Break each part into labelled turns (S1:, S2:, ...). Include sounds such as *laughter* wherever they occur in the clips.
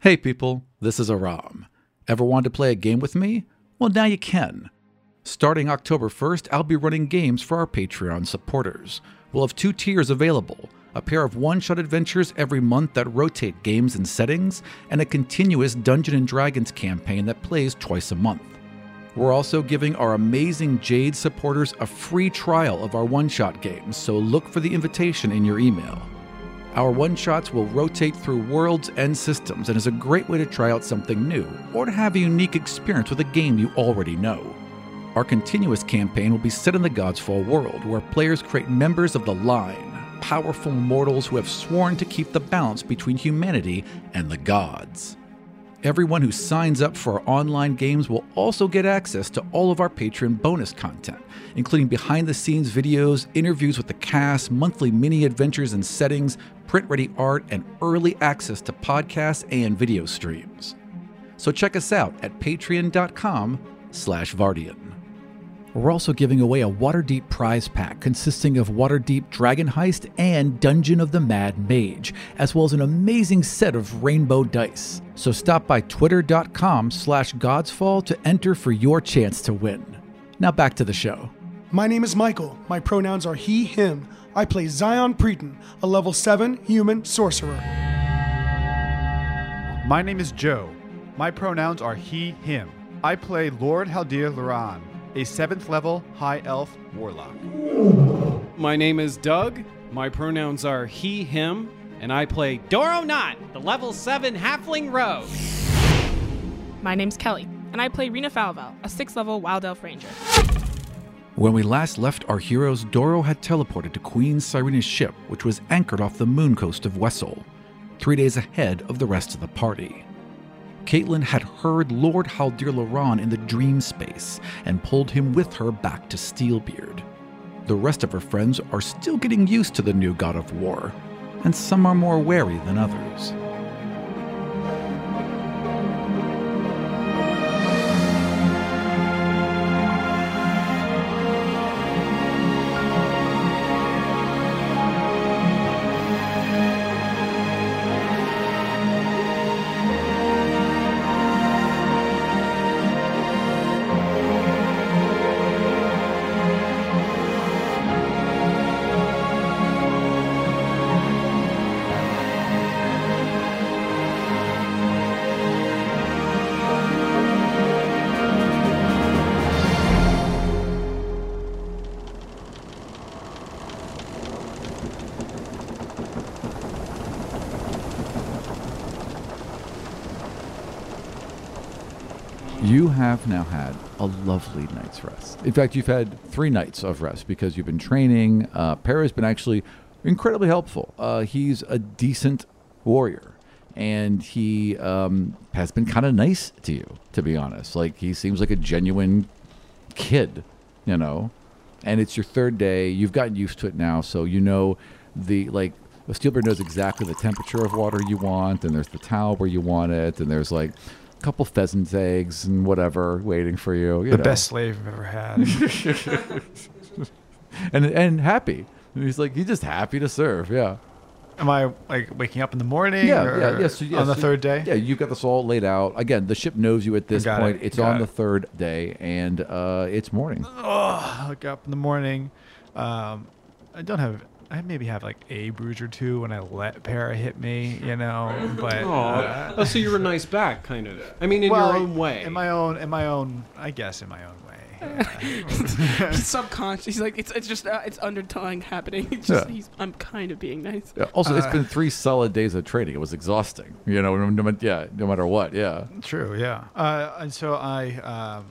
S1: Hey people, this is Aram. Ever wanted to play a game with me? Well, now you can. Starting October 1st, I'll be running games for our Patreon supporters. We'll have two tiers available a pair of one shot adventures every month that rotate games and settings, and a continuous Dungeon and Dragons campaign that plays twice a month. We're also giving our amazing Jade supporters a free trial of our one shot games, so look for the invitation in your email. Our one shots will rotate through worlds and systems and is a great way to try out something new or to have a unique experience with a game you already know. Our continuous campaign will be set in the Godsfall world, where players create members of the Line, powerful mortals who have sworn to keep the balance between humanity and the gods. Everyone who signs up for our online games will also get access to all of our Patreon bonus content, including behind the scenes videos, interviews with the cast, monthly mini adventures and settings, print ready art, and early access to podcasts and video streams. So check us out at patreon.com slash Vardian. We're also giving away a Waterdeep prize pack consisting of Waterdeep Dragon Heist and Dungeon of the Mad Mage, as well as an amazing set of rainbow dice. So stop by twitter.com slash godsfall to enter for your chance to win. Now back to the show.
S2: My name is Michael. My pronouns are he, him. I play Zion Preeton, a level 7 human sorcerer.
S3: My name is Joe. My pronouns are he, him. I play Lord Haldir Loran, a seventh level high elf warlock.
S4: My name is Doug. My pronouns are he, him, and I play Doro Not, the level 7 halfling rogue.
S5: My name's Kelly, and I play Rena Falvel, a sixth level Wild Elf Ranger.
S1: When we last left our heroes, Doro had teleported to Queen Cyrena's ship, which was anchored off the moon coast of Wessel, three days ahead of the rest of the party. Caitlin had heard Lord Haldir Loran in the dream space and pulled him with her back to Steelbeard. The rest of her friends are still getting used to the new god of war, and some are more wary than others. You have now had a lovely night's rest. In fact, you've had three nights of rest because you've been training. Uh, Para's been actually incredibly helpful. Uh, he's a decent warrior, and he um, has been kind of nice to you, to be honest. Like, he seems like a genuine kid, you know? And it's your third day. You've gotten used to it now, so you know the, like, a steelbeard knows exactly the temperature of water you want, and there's the towel where you want it, and there's, like, a couple pheasant's eggs and whatever waiting for you. you
S3: The
S1: know.
S3: best slave I've ever had.
S1: And, and happy. And he's like, he's just happy to serve, yeah.
S3: *laughs* Am I like waking up in the morning?
S1: Yeah,
S3: or
S1: yeah, yeah. So, yeah,
S3: on the
S1: so-
S3: third day.
S1: Yeah, you've got this all laid out. Again, the ship knows you at this
S3: Got
S1: point.
S3: it,
S1: It's
S3: got
S1: on the
S3: it.
S1: third day, and uh, it's morning.
S3: I wake up in the morning. Um, I don't have. I maybe have like a bruise or two when I let para hit me, you know. But uh,
S4: Oh, so you're a nice back, kind of. I mean, in
S3: well,
S4: your own way.
S3: In my own. In my own. I guess in my own way.
S5: He's *laughs* subconscious. He's like, it's, it's just, uh, it's undertowing happening. *laughs* It's just,
S1: Yeah.
S5: he's, I'm kind of being nice.
S1: Yeah, Also, it's been three solid days of training. It was exhausting. You know, no, no, yeah, no matter what, yeah.
S3: True. Yeah. Uh, and so I, um,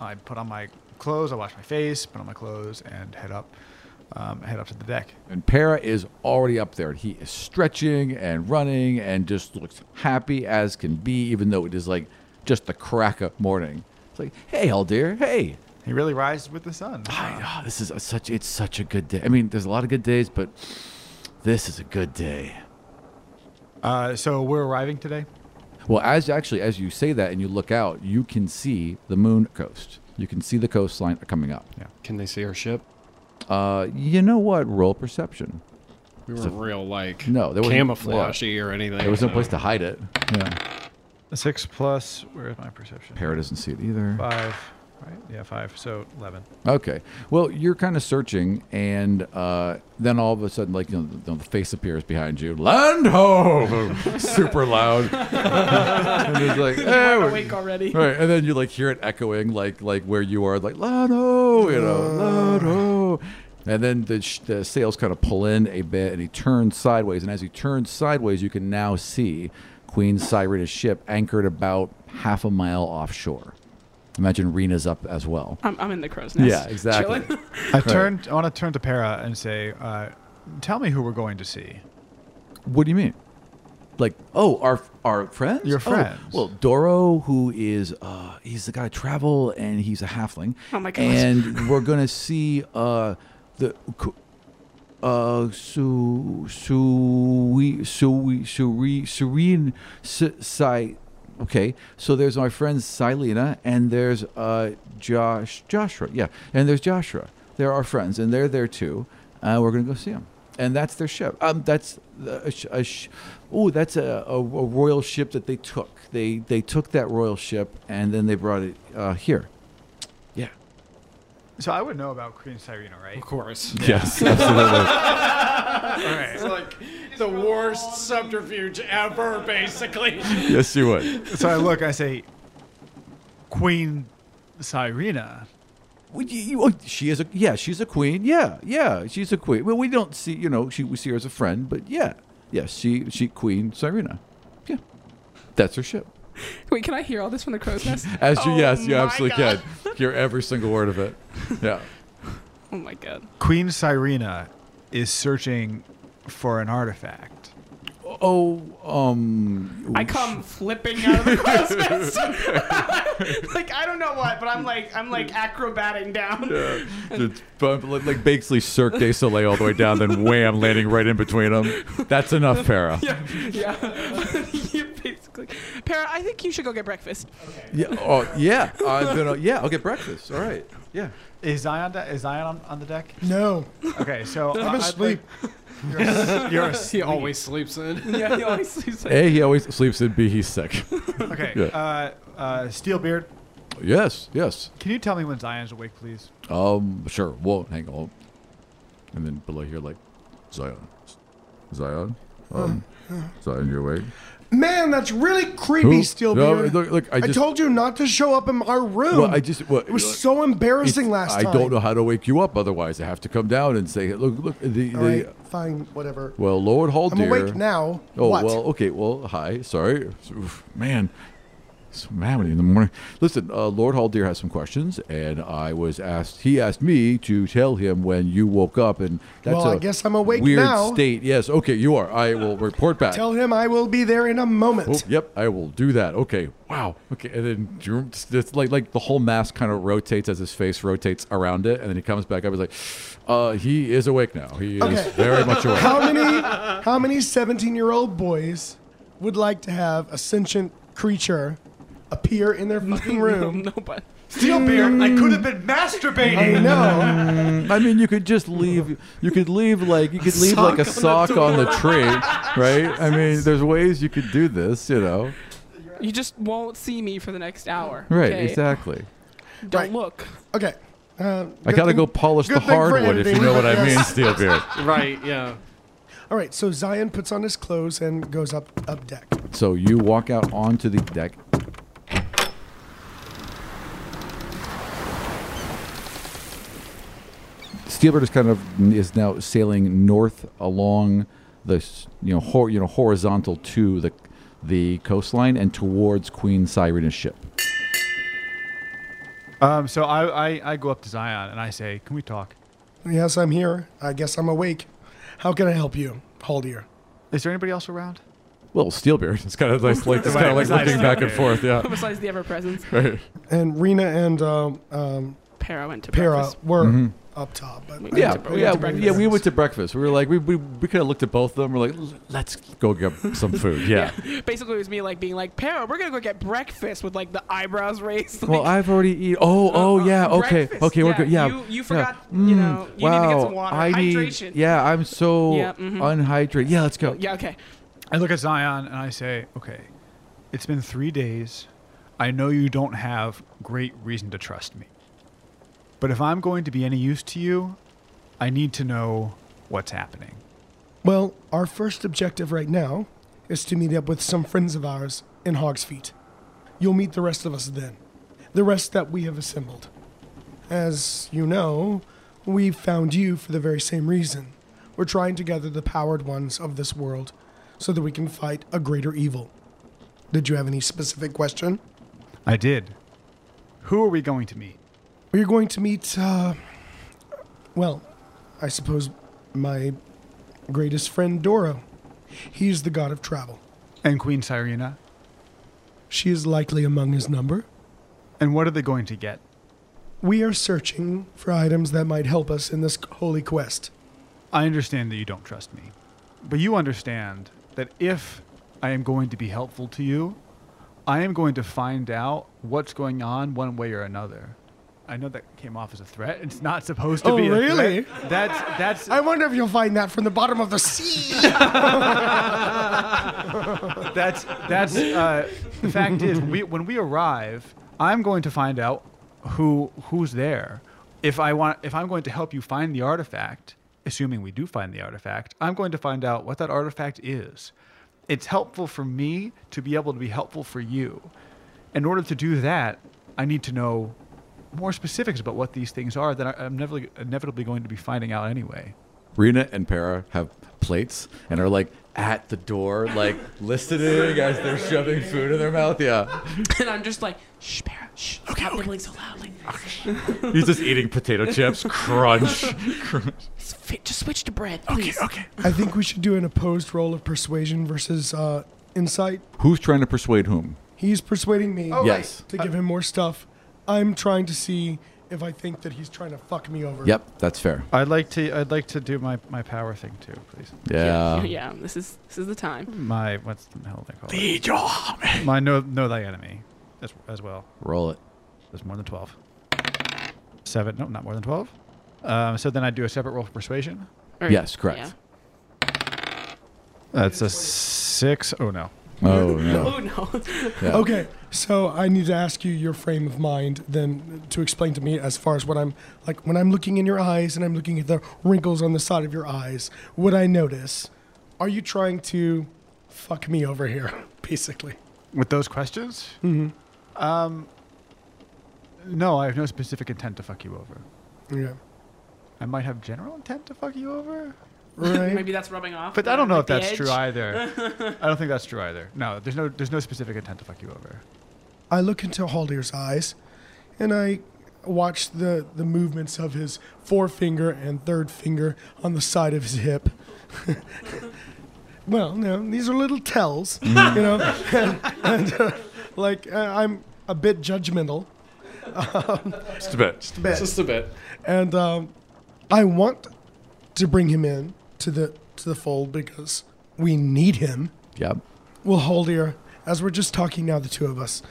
S3: I put on my clothes. I wash my face. Put on my clothes and head up. Um, head up to the deck.
S1: And Para is already up there. He is stretching and running and just looks happy as can be, even though it is like just the crack of morning. It's like, hey, Aldir, hey.
S3: He really rises with the sun.
S1: I, ah, this is a, such it's such a good day. I mean, there's a lot of good days, but this is a good day.
S3: Uh, so we're arriving today.
S1: Well, as actually as you say that and you look out, you can see the moon coast. You can see the coastline coming up.
S4: Can they see our ship?
S1: Uh, you know what? Roll perception.
S4: We weren't real like
S1: No, there wasn't-
S4: camouflage or anything.
S1: There was no
S4: so-
S1: place to hide it. Yeah.
S3: A six plus. Where is my perception?
S1: Para doesn't see it either.
S3: Five. Right. Yeah, five. So eleven.
S1: Okay. Well, you're kind of searching, and uh, then all of a sudden, like, you know, the, the face appears behind you. Land ho! *laughs* Super loud. *laughs* and it's like, eh, we're-
S5: awake already.
S1: Right. And then you, like, hear it echoing, like, like where you are, like, land ho! You know, land ho! And then the, sh- the sails kind of pull in a bit, and he turns sideways. And as he turns sideways, you can now see Queen Cyrita's ship anchored about half a mile offshore. Imagine Rena's up as well.
S5: I'm, I'm in the crow's nest.
S1: Yeah, exactly.
S5: Chilling. *laughs*
S3: I turn. I want to turn to Para and say, uh, "Tell me who we're going to see."
S1: What do you mean? Like, oh, our our friends?
S3: Your
S1: Oh,
S3: friends.
S1: well, Doro, who is uh he's the guy travel and he's a halfling.
S5: Oh my gosh.
S1: And we're gonna see uh the Ku- uh su sui sui suri serene si okay so there's my friend silena and there's uh josh joshua yeah and there's joshua they're our friends and they're there too uh, we're gonna go see them and that's their ship um that's the- a, sh- a sh- oh that's a, a, a royal ship that they took they they took that royal ship and then they brought it uh here yeah
S3: So I would know about Queen Cyrena, right?
S4: Of course.
S1: yes absolutely
S4: *laughs* It's like the worst subterfuge ever, basically.
S1: yes you would
S3: *laughs* So I look. I say, "Queen Cyrena."
S1: Well, you- you- oh, she is a yeah. She's a queen. Yeah, yeah. She's a queen. Well, we don't see you know she we see her as a friend, but yeah, yes. she she Queen Cyrena. Yeah, that's her ship.
S5: Wait, can I hear all this from the crow's
S1: *laughs*
S5: nest?
S1: As you
S5: Oh
S1: yes, you
S5: my
S1: absolutely
S5: God.
S1: can *laughs* hear every single word of it. Yeah.
S5: Oh my god.
S3: Queen Cyrena is searching for an artifact.
S1: Oh um.
S5: I come flipping out of the crow's nest. *laughs* like I don't know what, but I'm like I'm like acrobating down. *laughs*
S1: Yeah, it's bump, like, like basically Cirque du Soleil all the way down, then
S5: *laughs*
S1: wham, landing right in between them. That's enough, Para. Yeah.
S5: Yeah. *laughs* You basically. Para, I think you should go get breakfast.
S1: Oh yeah. I'm gonna yeah. I'll get breakfast. All right. Yeah.
S3: Is Zion? De- is Zion on, on the deck? *laughs*
S2: No.
S3: Okay, so
S2: I've been asleep.
S3: you're, a- you're
S4: *laughs*
S3: a-
S4: He always sleeps in.
S5: Yeah, he always sleeps like
S1: A. He always sleeps, and B. He's
S5: *laughs*
S1: sick.
S3: okay.
S1: Yeah.
S3: Uh, uh, Steelbeard,
S1: Yes, yes.
S3: can you tell me when Zion's awake, please?
S1: Um, sure. Well, hang on. And then below here, like Zion, Zion, um, Zion, you're awake.
S2: Man, that's really creepy,
S1: Who?
S2: Steelbeard.
S1: No, look- look, I
S2: I,
S1: just-
S2: told you not to show up in our room.
S1: Well, I just well,
S2: it was so embarrassing last
S1: I
S2: time.
S1: don't know how to wake you up. Otherwise, I have to come down and say, look, look. The, the
S2: All right, fine, whatever.
S1: well, Lord
S2: I'm
S1: Haldir.
S2: awake now.
S1: Oh
S2: what?
S1: well, okay. Well, hi. Sorry, Oof, man. So mammoth in the morning. Listen, uh, Lord Haldir has some questions, and I was asked. He asked me to tell him when you woke up, and that's
S2: Well, I
S1: a
S2: guess I'm awake
S1: weird
S2: now.
S1: state. Yes. Okay, you are. I will report back.
S2: Tell him I will be there in a moment.
S1: Oh, yep, I will do that. Okay. Wow. Okay, and then droom- it's like like the whole mask kind of rotates as his face rotates around it, and then he comes back up. He's like, uh, he is awake now. He is
S2: Okay.
S1: very much awake.
S2: How many how many 17-year-old boys would like to have a sentient creature appear in
S1: *laughs*
S2: their fucking room?
S5: No, but
S3: Steelbeard, I could have been masturbating.
S2: I know.
S1: I mean, you could just leave. You could leave like you could leave like a sock on the tree, *laughs* right? I mean, there's ways you could do this, you know.
S5: you just won't see me for the next hour.
S1: Right?
S5: okay?
S1: Exactly.
S5: Don't
S2: Right.
S5: look.
S2: Okay. Uh,
S1: I
S2: good
S1: gotta
S2: thing-
S1: go polish the
S2: good thing for
S1: hardwood, if you
S2: editing,
S1: know what I mean,
S2: yes.
S4: *laughs*
S1: Steelbeard.
S4: Right, yeah.
S2: All right, so Zion puts on his clothes and goes up up deck.
S1: So you walk out onto the deck. Steelbird is kind of is now sailing north along the s- you know hor- you know horizontal to the the coastline and towards Queen Cyrena's ship.
S3: Um, so I, I, I go up to Zion and I say, "Can we talk?
S2: Yes, I'm here. I guess I'm awake. How can I help you, Haldir?
S3: Is there anybody else around?"
S1: Well, Steelbeard. It's kind of like, like it's kind of like looking back and forth. Yeah.
S5: Besides the ever presence,
S2: And Rena and um, um,
S5: Para went to
S2: Para
S5: breakfast.
S2: were up top, but
S5: We-
S1: Yeah,
S5: to- we
S1: yeah,
S5: went to
S1: yeah. We
S2: breakfast.
S1: went to breakfast. We were like, we we, we kind of looked at both of them. We're like, "L- let's go get some food. Yeah.
S6: *laughs*
S5: Basically, it was me like being like, Para, we're gonna go get breakfast with like the eyebrows raised.
S6: *laughs*
S5: Like,
S1: Well, I've already eaten. Oh, oh,
S5: uh,
S1: yeah. Okay,
S5: breakfast,
S1: okay, we're
S5: yeah,
S1: good. Yeah.
S5: you- you
S1: yeah.
S5: forgot, you know, you need to get some water.
S1: I need-
S5: Hydration.
S1: yeah, I'm so
S5: Yeah, mhm.
S1: unhydrated. Yeah, let's go.
S5: yeah, okay.
S3: I look at Zion and I say, "Okay, It's been three days. I know you don't have great reason to trust me. But if I'm going to be any use to you, I need to know what's happening.
S2: Well, our first objective right now is to meet up with some friends of ours in Hog's Feet. You'll meet the rest of us then, the rest that we have assembled. As you know, we found you for the very same reason. We're trying to gather the powered ones of this world so that we can fight a greater evil. Did you have any specific question?
S3: I did. Who are we going to meet?
S2: We're going to meet, uh, well, I suppose my greatest friend Doro. He is the god of travel.
S3: And Queen Cyrena?
S2: She is likely among his number.
S3: And what are they going to get?
S2: We are searching for items that might help us in this holy quest.
S3: I understand that you don't trust me, but you understand that if I am going to be helpful to you, I am going to find out what's going on one way or another. I know that came off as a threat. It's not supposed to
S2: Oh,
S3: be. a
S2: really?
S3: threat. That's that's.
S2: I wonder if you'll find that from the bottom of the sea.
S3: That's that's uh, the fact is when we when we arrive, I'm going to find out who who's there. If I want, if I'm going to help you find the artifact, assuming we do find the artifact, I'm going to find out what that artifact is. It's helpful for me to be able to be helpful for you. In order to do that, I need to know more specifics about what these things are that I- I'm never, inevitably going to be finding out anyway.
S1: Rena and Para have plates and are like at the door, like listening as they're shoving food in their mouth. Yeah.
S6: *laughs* and I'm just like, shh, Para, shh, stop nibbling so loudly.
S1: He's just eating potato chips. Crunch.
S6: Just fi- Just switch to bread, please. Okay, *laughs* okay.
S2: I think we should do an opposed roll of persuasion versus uh, insight.
S1: *laughs* Who's trying to persuade whom?
S2: He's persuading me
S1: yes.
S2: to give him more stuff. I'm trying to see if I think that he's trying to fuck me over.
S1: Yep, that's fair.
S3: I'd like to, I'd like to do my, my power thing too, please.
S1: Yeah.
S6: yeah, this is this is the time.
S3: my what's the hell they call it? My know know thy enemy as as well.
S1: Roll it.
S3: There's more than twelve. Seven? No, not more than twelve. Um, so then I do a separate roll for persuasion.
S6: Or-
S1: Yes, correct.
S3: That's a six. Oh no.
S1: Oh no.
S6: Oh no. *laughs*
S1: Yeah.
S2: Okay, so I need to ask you your frame of mind then to explain to me as far as what I'm like when I'm looking in your eyes and I'm looking at the wrinkles on the side of your eyes, what I notice. Are you trying to fuck me over here, *laughs* basically?
S3: With those questions? Mm-hmm. Um. No, I have no specific intent to fuck you over.
S2: Yeah.
S3: I might have general intent to fuck you over,
S2: Right?
S6: Maybe that's rubbing off.
S3: but I don't know if
S6: like, the
S3: that's true
S6: edge.
S3: either. I don't think that's true either. No, there's no there's no specific intent to fuck you over.
S2: I look into Haldir's eyes and I watch the, the movements of his forefinger and third finger on the side of his hip. *laughs* well, no, these are little tells, you know. *laughs* and, uh, like, uh, I'm a bit judgmental.
S7: Just a bit.
S4: Just a bit.
S2: And um, I want to bring him in to the, to the fold because we need him.
S1: Yep.
S2: Well, Holdier, as we're just talking now, the two of us,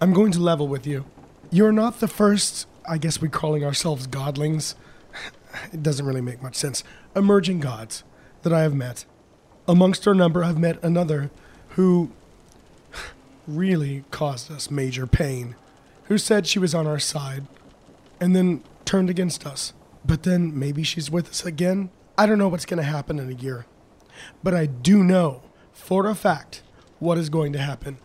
S2: I'm going to level with you. You're not the first, I guess we're calling ourselves godlings. *laughs* It doesn't really make much sense. Emerging gods that I have met. Amongst our number, I've met another who *sighs* really caused us major pain, who said she was on our side and then turned against us. But then maybe she's with us again. I don't know what's going to happen in a year but I do know for a fact what is going to happen.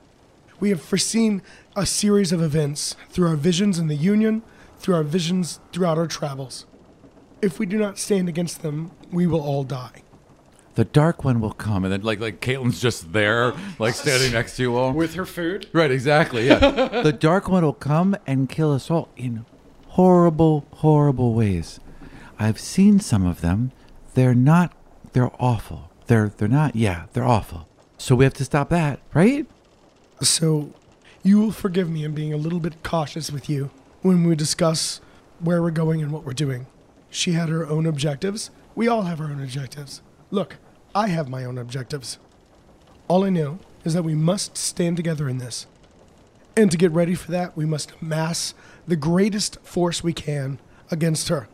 S2: We have foreseen a series of events through our visions in the Union, through our visions throughout our travels. If we do not stand against them, we will all die.
S1: The dark one will come, and then like like Caitlin's just there, like
S7: *laughs*
S1: standing next to you all.
S4: With her food?
S1: Right, exactly. Yeah. the dark one will come and kill us all in horrible, horrible ways. I've seen some of them. They're not they're awful. They're they're not yeah, they're awful. So we have to stop that, right?
S2: So, you will forgive me in being a little bit cautious with you when we discuss where we're going and what we're doing. She had her own objectives. We all have our own objectives. Look, I have my own objectives. All I know is that we must stand together in this. And to get ready for that, we must amass the greatest force we can against her.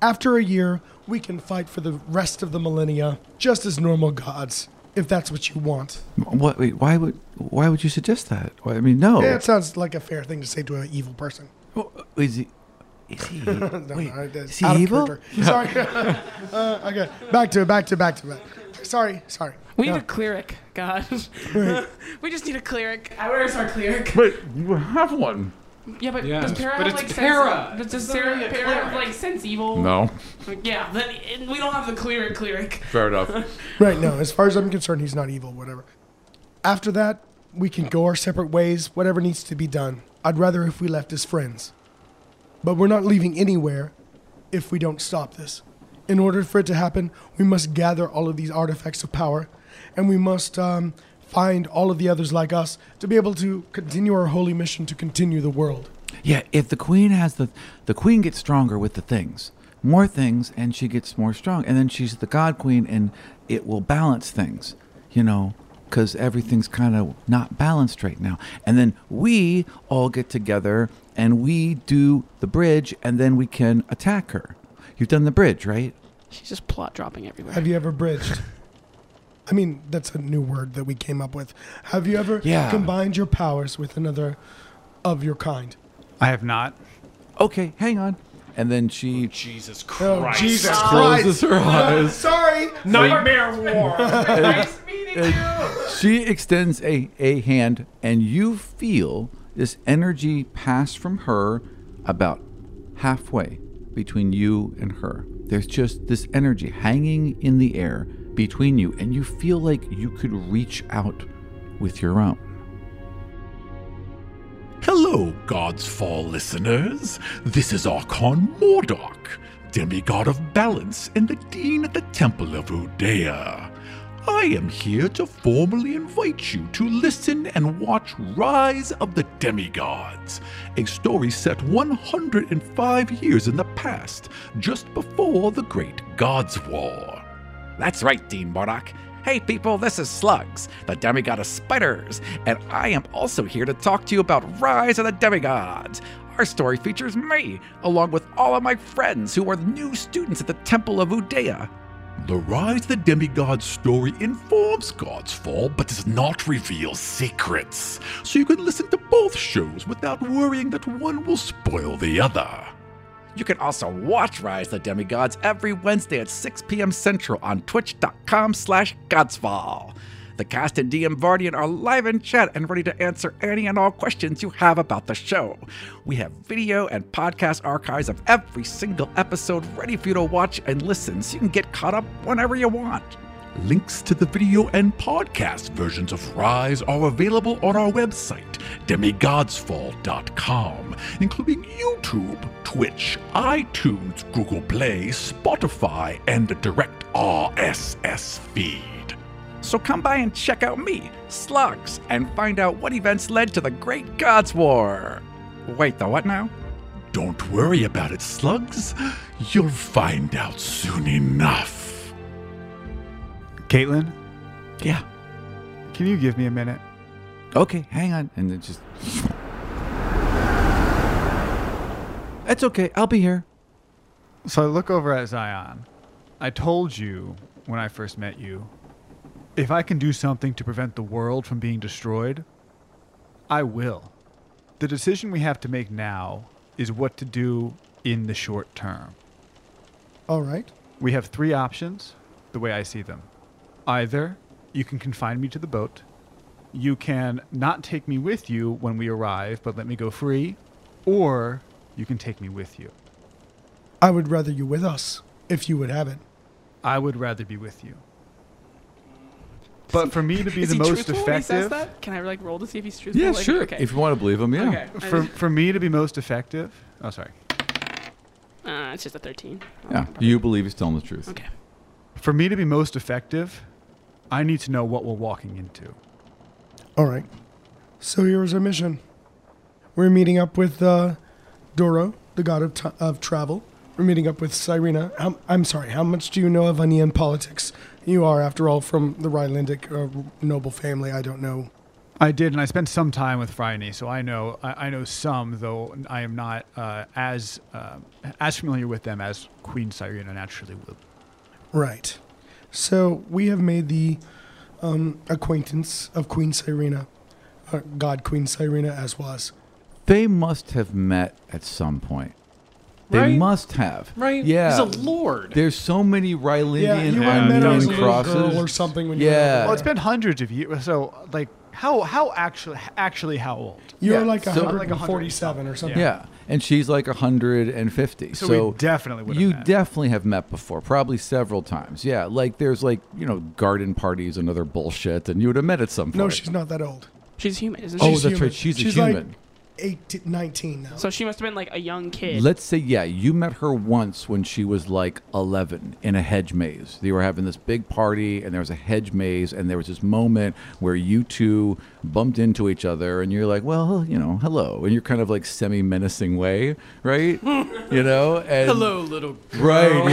S2: After a year, we can fight for the rest of the millennia just as normal gods, if that's what you want.
S1: What wait, why would why would you suggest that? Why, I mean, no.
S2: Yeah, it sounds like a fair thing to say to an evil person.
S1: Well, is he? Is he?
S2: No, no,
S1: wait,
S2: I- that's
S1: is he
S2: out of
S1: evil?
S2: character. Sorry. *laughs* uh, okay, back to it, back to it, back to it. Sorry, sorry.
S6: We
S2: No.
S6: need a cleric, God. *laughs* we just need a cleric. Where's our cleric?
S7: Wait, you have one.
S6: Yeah, but
S4: Yeah.
S6: does Para
S4: But
S6: have,
S4: it's
S6: like
S4: Para.
S6: sense? But does
S4: It's
S6: Sarah,
S4: not really a
S6: Para have
S4: cleric.
S6: like sense evil?
S7: No,
S6: Yeah, then and we don't have the cleric cleric.
S7: fair enough.
S2: Right, no, as far as I'm concerned, he's not evil, whatever. After that, we can go our separate ways, whatever needs to be done. I'd rather if we left as friends. But we're not leaving anywhere if we don't stop this. In order for it to happen, we must gather all of these artifacts of power, and we must um, find all of the others like us to be able to continue our holy mission to continue the world.
S1: Yeah, if the queen has the the queen gets stronger with the things, more things, and she gets more strong, and then she's the god queen, and it will balance things, you know, because everything's kind of not balanced right now. And then we all get together and we do the bridge, and then we can attack her. You've done the bridge, right?
S6: She's just plot dropping everywhere.
S2: Have you ever bridged? I mean, that's a new word that we came up with. Have you ever
S1: Yeah.
S2: combined your powers with another of your kind?
S3: I have not.
S1: Okay, hang on. And then she
S4: Jesus
S2: Oh,
S4: Christ.
S2: Jesus
S1: closes
S2: Christ. Uh,
S1: her eyes.
S2: Sorry.
S4: Nightmare
S2: *laughs*
S4: war.
S6: nice meeting you.
S1: She extends a, a hand, and you feel this energy pass from her about halfway between you and her. There's just this energy hanging in the air between you, and you feel like you could reach out with your own.
S8: Hello, God's Fall listeners. This is Archon Mordok, demigod of balance and the dean at the Temple of Udea. I am here to formally invite you to listen and watch Rise of the Demigods, a story set 105 years in the past, just before the Great Gods War.
S9: That's right, Dean Mordok. Hey, people, this is Slugs, the demigod of spiders, and I am also here to talk to you about Rise of the Demigods. Our story features me, along with all of my friends who are new students at the Temple of Udea.
S8: The Rise of the Demigod story informs God's fall but does not reveal secrets, so you can listen to both shows without worrying that one will spoil the other.
S9: You can also watch Rise of the Demigods every Wednesday at 6 p.m. Central on twitch.com slash godsfall. The cast and DM Vardian are live in chat and ready to answer any and all questions you have about the show. We have video and podcast archives of every single episode ready for you to watch and listen so you can get caught up whenever you want.
S8: Links to the video and podcast versions of Rise are available on our website, demigodsfall.com, including YouTube, Twitch, iTunes, Google Play, Spotify, and the direct RSS feed.
S9: So come by and check out me, Slugs, and find out what events led to the Great Gods War. Wait, the what now?
S8: Don't worry about it, slugs. You'll find out soon enough.
S3: Caitlin,
S1: Yeah.
S3: can you give me a minute?
S1: Okay, hang on. And then just. It's okay. I'll be here.
S3: So I look over at Zion. I told you when I first met you, if I can do something to prevent the world from being destroyed, I will. The decision we have to make now is what to do in the short term.
S2: All right.
S3: We have three options, the way I see them. Either you can confine me to the boat, you can not take me with you when we arrive, but let me go free, or you can take me with you.
S2: I would rather you with us, if you would have it.
S3: I would rather be with you. But for me to be
S6: Is
S3: the
S6: he
S3: most
S6: truthful when he says
S3: effective,
S6: that? Can I like roll to see if he's truthful? like, Oh, Okay.
S1: If you want to believe him, yeah.
S6: okay. I
S3: for,
S6: just-
S3: for me to be most effective, oh sorry,
S6: uh, it's just a thirteen.
S1: Yeah. You believe he's telling the truth.
S6: Okay.
S3: for me to be most effective, I need to know what we're walking into.
S2: All right. So here is our mission. We're meeting up with uh, Doro, the god of, t- of travel. We're meeting up with Cyrena. How, I'm sorry, how much do you know of Anian politics? You are, after all, from the Rylandic uh, noble family. I don't know.
S3: I did, and I spent some time with Phryne, so I know I, I know some, though I am not uh, as uh, as familiar with them as Queen Cyrena naturally will.
S2: Right. So we have made the um, acquaintance of Queen Cyrena. uh, god Queen Cyrena as was.
S1: They must have met at some point. They
S4: Right?
S1: must have.
S4: Right?
S1: Yeah.
S4: He's a lord.
S1: There's so many
S2: Yeah,
S1: Rylinian
S2: you would
S1: and
S2: have met her as a
S1: Dunning
S2: little
S1: crosses.
S2: girl or something when you were
S1: yeah.
S2: up
S3: Well, it's been hundreds of years. So, like, how how actually actually how old?
S2: You're
S1: Yeah,
S2: like
S1: so-
S2: 147 or something.
S1: Yeah, and she's like 150. So,
S3: So we definitely would have
S1: You
S3: met.
S1: definitely have met before, probably several times. Yeah, like there's like you know garden parties and other bullshit, and you would have met at some point.
S2: No, she's not that old.
S6: She's human, isn't
S1: Oh,
S6: she?
S2: She's
S1: that's
S2: human.
S1: right. She's a
S2: She's
S1: human.
S2: Like 18, 19 now.
S6: So she must have been like a
S1: *laughs*
S6: young kid.
S1: Let's say yeah, you met her once when she was like 11 in a hedge maze. They were having this big party, and there was a hedge maze, and there was this moment where you two bumped into each other, and you're like, well, you know, hello, and you're kind of like semi menacing way,
S4: *laughs*
S1: right? you know, and
S4: Hello, little girl.
S1: Right,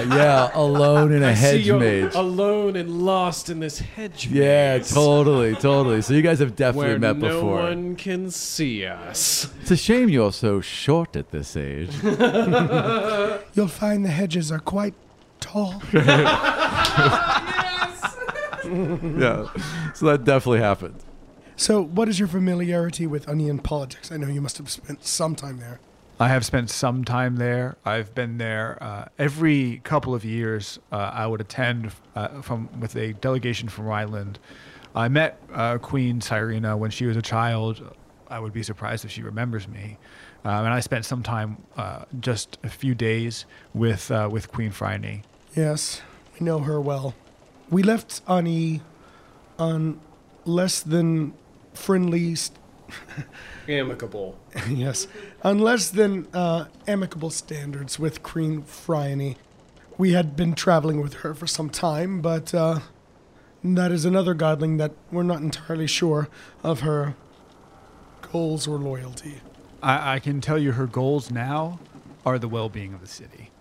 S4: *laughs*
S1: yeah. Alone in a
S4: I see
S1: hedge
S4: you're
S1: maze.
S4: Alone and lost in this hedge
S1: Yeah,
S4: maze.
S1: totally, totally. So you guys have definitely
S4: Where
S1: met
S4: no
S1: before.
S4: one can see us.
S1: It's a shame you're so short at this age.
S2: You'll find the hedges are quite tall.
S1: *laughs*
S2: *laughs*
S1: yeah. So that definitely happened.
S2: so, what is your familiarity with onion politics? I know you must have spent some time there.
S3: I have spent some time there. I've been there uh, every couple of years. Uh, I would attend uh, from with a delegation from Ryland. I met uh, Queen Cyrena when she was a child. I would be surprised if she remembers me. Um, and I spent some time, uh, just a few days, with uh, with Queen Phryne.
S2: Yes, we know her well. We left Ani on less than friendly, st- *laughs*
S4: Amicable.
S2: yes, on less than uh, amicable standards with Queen Phryne. We had been traveling with her for some time, but uh, that is another godling that we're not entirely sure of her goals or loyalty.
S3: I, I can tell you her goals now are the well-being of the city. *laughs*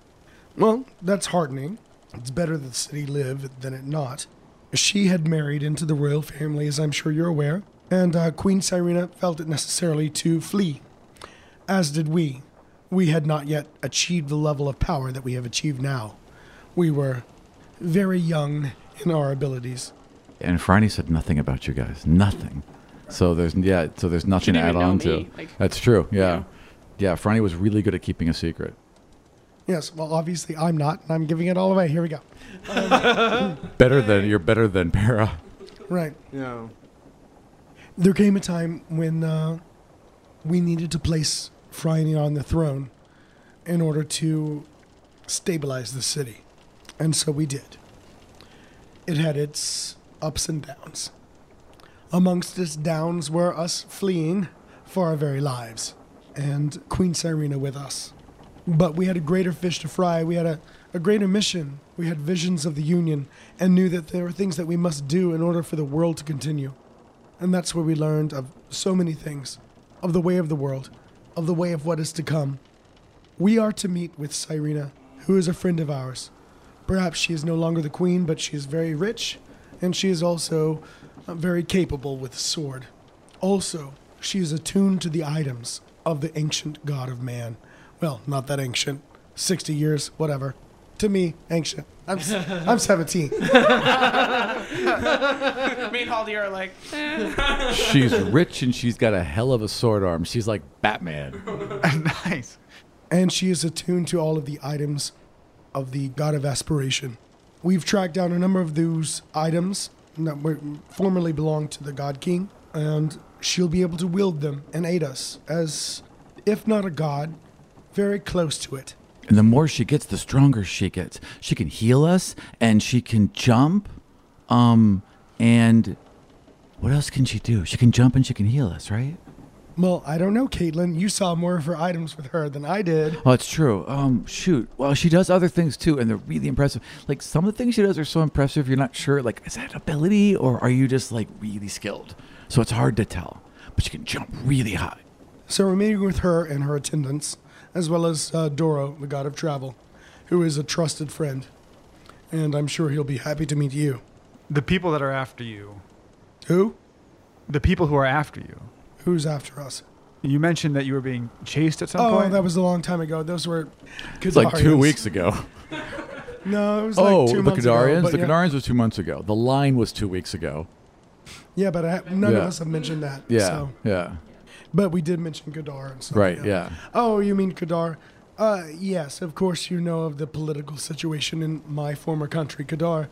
S2: Well, that's heartening. It's better that the city live than it not. She had married into the royal family, as I'm sure you're aware, and uh, Queen Cyrena felt it necessary to flee, as did we. We had not yet achieved the level of power that we have achieved now. We were very young in our abilities.
S1: And Franny said nothing about you guys. Nothing. So there's yeah, so there's nothing to
S6: didn't
S1: add
S6: even know
S1: on
S6: me,
S1: to.
S6: like-
S1: That's true. Yeah.
S6: Yeah.
S1: Yeah, Franny was really good at keeping a secret.
S2: Yes, well, obviously I'm not, and I'm giving it all away. Here we go.
S1: Better than you're better than Para.
S2: Right.
S4: Yeah.
S2: There came a time when uh, we needed to place Phryne on the throne in order to stabilize the city. And so we did. It had its ups and downs. Amongst its downs were us fleeing for our very lives and Queen Cyrena with us. But we had a greater fish to fry. We had a, a greater mission. We had visions of the Union and knew that there were things that we must do in order for the world to continue. And that's where we learned of so many things of the way of the world, of the way of what is to come. We are to meet with Cyrena, who is a friend of ours. Perhaps she is no longer the queen, but she is very rich, and she is also uh, very capable with the sword. Also, she is attuned to the items of the ancient god of man. Well, not that ancient. 60 years, whatever. To me, ancient. I'm, s- I'm 17.
S5: Me and Haldy are like,
S1: *laughs* She's rich and she's got a hell of a sword arm. She's like Batman.
S3: nice.
S2: and she is attuned to all of the items of the God of Aspiration. We've tracked down a number of those items that were formerly belonged to the God King, and she'll be able to wield them and aid us as, if not a god, very close to it.
S1: And the more she gets, the stronger she gets. She can heal us and she can jump. Um and what else can she do? She can jump and she can heal us, right?
S2: Well, I don't know, Caitlin. You saw more of her items with her than I did.
S1: Oh, it's true. Um, shoot. Well, she does other things too, and they're really impressive. Like some of the things she does are so impressive, you're not sure. Like, is that ability, or are you just like really skilled? So it's hard to tell. But she can jump really high.
S2: So we're meeting with her and her attendants, as well as uh, Doro, the god of travel, who is a trusted friend. And I'm sure he'll be happy to meet you.
S3: The people that are after you,
S2: Who?
S3: the people who are after you.
S2: Who's after us?
S3: You mentioned that you were being chased at some
S2: Oh,
S3: point.
S2: that was a long time ago. Those were
S1: It's like two
S2: Kadarians.
S1: weeks ago.
S2: No, it was like
S1: Oh,
S2: two
S1: the
S2: months ago,
S1: Kadarians.
S2: but
S1: The
S2: yeah.
S1: Kadarians was two months ago. The line was two weeks ago.
S2: Yeah, but I, none
S1: Yeah.
S2: of us have mentioned that.
S1: Yeah.
S2: So.
S1: Yeah.
S2: But we did mention Kadar and stuff.
S1: Right.
S2: yeah.
S1: Yeah.
S2: Oh, you mean Kadar? Uh, yes, of course you know of the political situation in my former country, Kadar.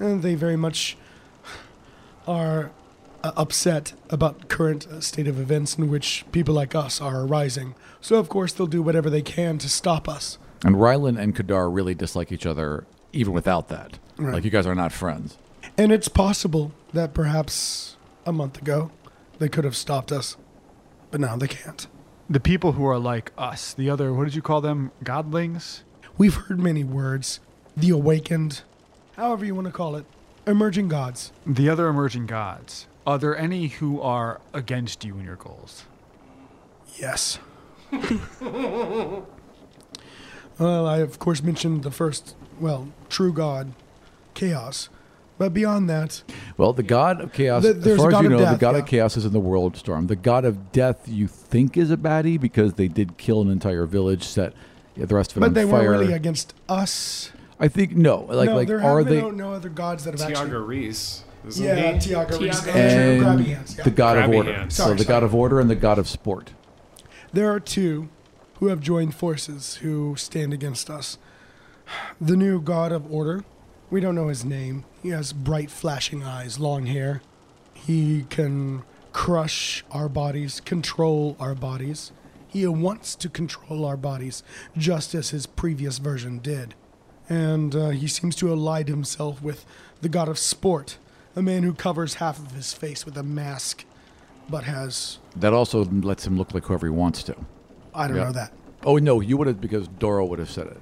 S2: And they very much are uh, upset about current uh, state of events in which people like us are arising. So of course they'll do whatever they can to stop us.
S1: And Rylan and Kadar really dislike each other, even without that.
S2: Right.
S1: Like you guys are not friends.
S2: And it's possible that perhaps a month ago they could have stopped us, but now they can't.
S3: The people who are like us, the other, what did you call them? Godlings?
S2: We've heard many words the awakened, however you want to call it, emerging gods.
S3: The other emerging gods. Are there any who are against you and your goals?
S2: Yes. *laughs* Well, I of course mentioned the first, well, true god, chaos. But beyond that,
S1: Well, the god of chaos,
S2: The-
S1: as
S2: there's
S1: far
S2: a
S1: as
S2: god
S1: you
S2: of
S1: know, the
S2: death,
S1: god
S2: yeah.
S1: of chaos is in the world storm. The god of death, you think is a baddie because they did kill an entire village, set the rest of it on
S2: but they
S1: fire.
S2: weren't really against us.
S1: I think no, like
S2: no,
S1: like
S2: there
S1: are
S2: have
S1: they?
S2: been no, no other gods that have
S7: Tiago
S2: actually.
S7: Reese. isn't
S2: Yeah,
S7: he?
S2: Tiago.
S1: and the god of
S7: Grabby
S1: order.
S7: hands.
S1: so
S2: Sorry,
S1: the god
S2: sorry.
S1: of order and the god of sport.
S2: There are two who have joined forces who stand against us. The new god of order, we don't know his name. He has bright flashing eyes, long hair. He can crush our bodies, control our bodies. He wants to control our bodies, just as his previous version did. And uh, he seems to allied himself with the god of sport, a man who covers half of his face with a mask, but has.
S1: That also lets him look like whoever he wants to.
S2: I don't
S1: Yeah.
S2: know that.
S1: Oh no, you would have because Doro would have said it,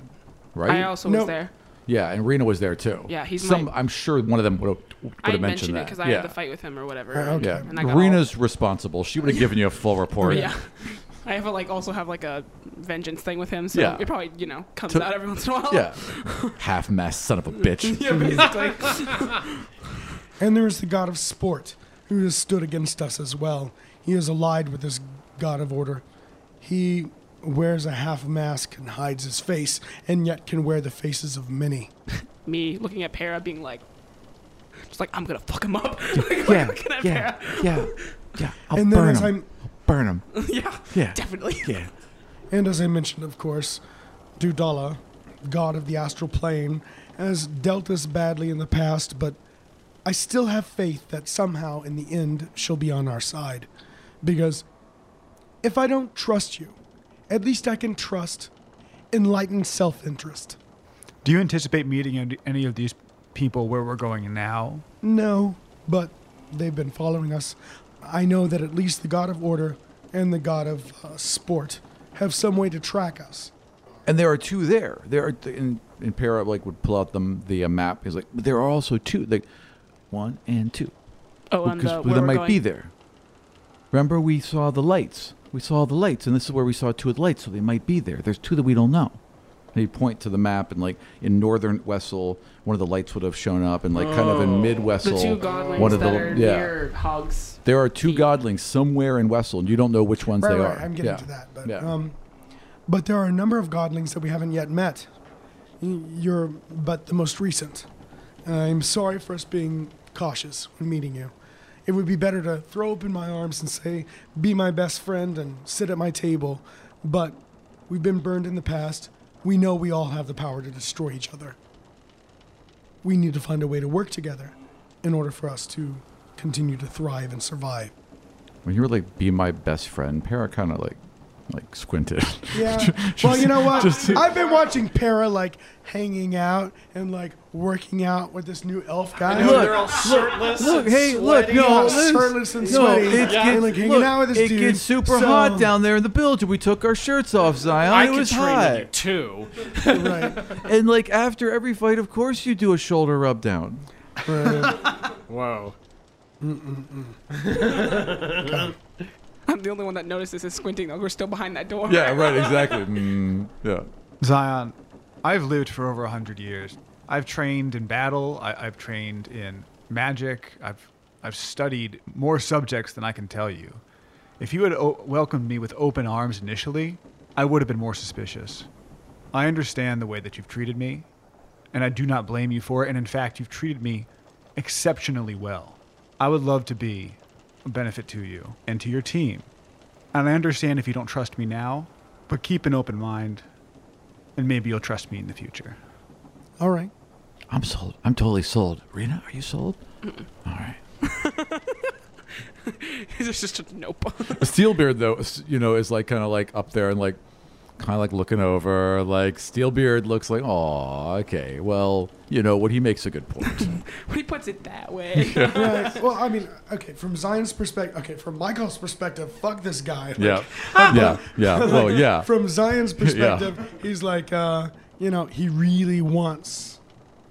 S1: right?
S6: I also
S2: No.
S6: was there.
S1: yeah, and Rena was there too.
S6: Yeah, he's
S1: some.
S6: my-
S1: I'm sure one of them would have, would
S6: I
S1: have
S6: mentioned,
S1: mentioned,
S6: it
S1: that.
S6: because I
S1: yeah.
S6: had the fight with him or whatever.
S2: okay.
S1: Yeah,
S6: And I got all-
S1: Rena's responsible. She would have given you a full report.
S6: *laughs* Yeah. I have a, like also have like a vengeance thing with him, so
S1: Yeah.
S6: it probably you know comes
S1: To-
S6: out every once in a while.
S1: Yeah. *laughs* Half mass son of a bitch.
S6: *laughs* yeah, basically.
S2: And there is the god of sport, who has stood against us as well. He is allied with this god of order. He wears a half mask and hides his face, and yet can wear the faces of many.
S6: Me looking at Para being like, just like I'm gonna fuck him up. *laughs*
S5: *laughs*
S1: Yeah.
S6: looking at
S1: Yeah. Yeah. Yeah. I'll
S2: and then,
S1: burn
S2: as
S1: him.
S2: I'm,
S1: Burn him.
S6: *laughs* yeah,
S1: Yeah.
S6: definitely.
S1: Yeah.
S2: and as I mentioned, of course, Dudala, god of the astral plane, has dealt us badly in the past, but I still have faith that somehow, in the end, she'll be on our side, because if I don't trust you, at least I can trust enlightened self-interest.
S3: Do you anticipate meeting any- any of these people where we're going now?
S2: No, but they've been following us. I know that at least the god of order and the god of uh, sport have some way to track us.
S1: And there are two there. There are th- and, and Para like would pull out the the uh, map. He's like, but there are also two. Like one and two.
S6: Oh, and the,
S1: Because
S6: where
S1: they
S6: we're
S1: might
S6: going,
S1: be there. Remember, we saw the lights. We saw the lights, and this is where we saw two of the lights, so they might be there. There's two that we don't know. They point to the map, and like in northern Wessel, one of the lights would have shown up, and like kind of in mid
S6: Oh, the
S1: Wessel,
S6: two godlings
S1: one of
S6: that
S1: the
S6: are
S1: yeah.
S6: near Hogs.
S1: There are two
S6: Feet.
S1: godlings somewhere in Wessel, and you don't know which ones
S2: Right,
S1: they
S2: right,
S1: are.
S2: I'm getting
S1: Yeah.
S2: to that, but
S1: Yeah.
S2: um, but there are a number of godlings that we haven't yet met. Y- You're but the most recent. I'm sorry for us being cautious when meeting you. It would be better to throw open my arms and say, "Be my best friend and sit at my table," but we've been burned in the past. We know we all have the power to destroy each other. We need to find a way to work together in order for us to continue to thrive and survive.
S1: When you were like, "Be my best friend," Para kind of like,
S10: *laughs*
S1: like squinted.
S2: Yeah. well, you know what? I've been watching Para like hanging out and like working out with this new elf guy.
S7: And they're all shirtless.
S1: Look,
S7: and
S1: hey, look,
S7: sweaty.
S1: no,
S2: Yeah,
S1: this-
S2: shirtless and
S1: no,
S2: sweaty,
S1: it
S2: yeah.
S1: gets-
S2: and, like, hanging
S1: look,
S2: out with this
S1: it
S2: dude.
S1: gets super
S2: So-
S1: hot down there in the bilge. We took our shirts off, Zion.
S4: I
S1: it
S4: could
S1: was
S4: train
S1: hot.
S4: you too.
S2: right.
S1: And like after every fight, of course you do a shoulder rub down.
S7: Whoa.
S6: I'm the only one that notices is squinting. though. We're still behind that door. *laughs*
S1: right, exactly.
S10: Mm,
S1: yeah.
S3: Zion, I've lived for over 100 years. I've trained in battle, I, I've trained in magic, I've, I've studied more subjects than I can tell you. If you had o- welcomed me with open arms initially, I would have been more suspicious. I understand the way that you've treated me, and I do not blame you for it, and in fact, you've treated me exceptionally well. I would love to be a benefit to you and to your team. And I understand if you don't trust me now, but keep an open mind and maybe you'll trust me in the future.
S2: All right.
S1: I'm sold. I'm totally sold. Rena, are you sold? All right.
S6: There's just a nope. *laughs*
S10: Steelbeard though, s- you know, is like kind of like up there and like kind of like looking over. Like Steelbeard looks like, oh, okay. Well, you know what? He makes a good
S2: *laughs*
S10: point.
S6: when he puts it
S1: *laughs*
S6: that way. *laughs*
S2: right. Well, I mean, okay, from Zion's perspective, okay, from Michael's perspective, fuck this guy. Like, *laughs*
S10: yeah, yeah, *laughs* yeah. Well, yeah.
S2: From
S10: *laughs*
S2: Zion's
S10: Yeah.
S2: perspective, he's like, uh, you know, he really wants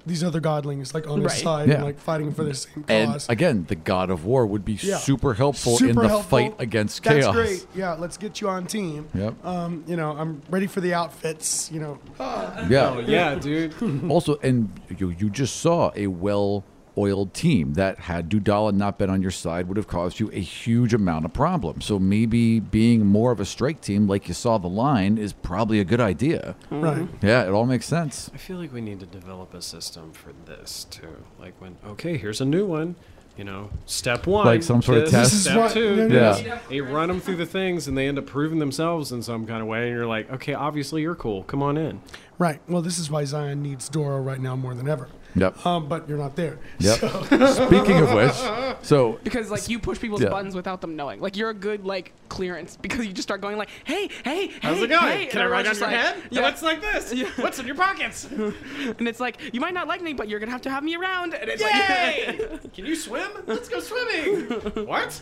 S2: these other godlings like on his
S10: Right.
S2: side
S10: Yeah.
S2: and like fighting for the same
S10: And
S2: cause.
S10: again, the God of War would be
S2: Yeah.
S10: super helpful in
S2: Super
S10: the
S2: helpful.
S10: fight against
S2: That's
S10: chaos.
S2: great. Yeah, let's get you on team.
S10: Yep.
S2: Um, you know, I'm ready for the outfits. You know.
S10: Yeah.
S2: Oh,
S4: dude. *laughs*
S1: also, and you you just saw a well-oiled team that had Dudala not been on your side would have caused you a huge amount of problems. So maybe being more of a strike team, like you saw the line, is probably a good idea.
S2: Right.
S1: Yeah, it all makes sense.
S7: I feel like we need to develop a system for this too. Like when okay, here's a new one. You know, step one,
S1: Like some sort of
S7: this,
S1: test? This is
S7: Step
S1: what-
S7: two,
S1: no, no,
S7: this.
S1: no.
S7: They run them through the things, and they end up proving themselves in some kind of way. And you're like, okay, obviously you're cool. Come on in.
S2: Right. Well, this is why Zion needs Dora right now more than ever.
S10: Yep.
S2: Um, but you're not there.
S10: Yep.
S2: So-
S10: Speaking of which, so
S6: Because like you push people's
S10: Yeah.
S6: buttons without them knowing. Like you're a good like clearance because you just start going like, hey, hey, hey,
S7: How's it going?
S6: hey,"
S7: Can
S6: and
S7: I ride on
S6: everyone's just
S7: your
S6: like,
S7: head?
S6: Yeah.
S7: What's like this? What's in your pockets?
S6: *laughs* and it's like you might not like me, but you're gonna have to have me around. And it's like,
S7: Yay! Can you swim? Let's go swimming. *laughs* What?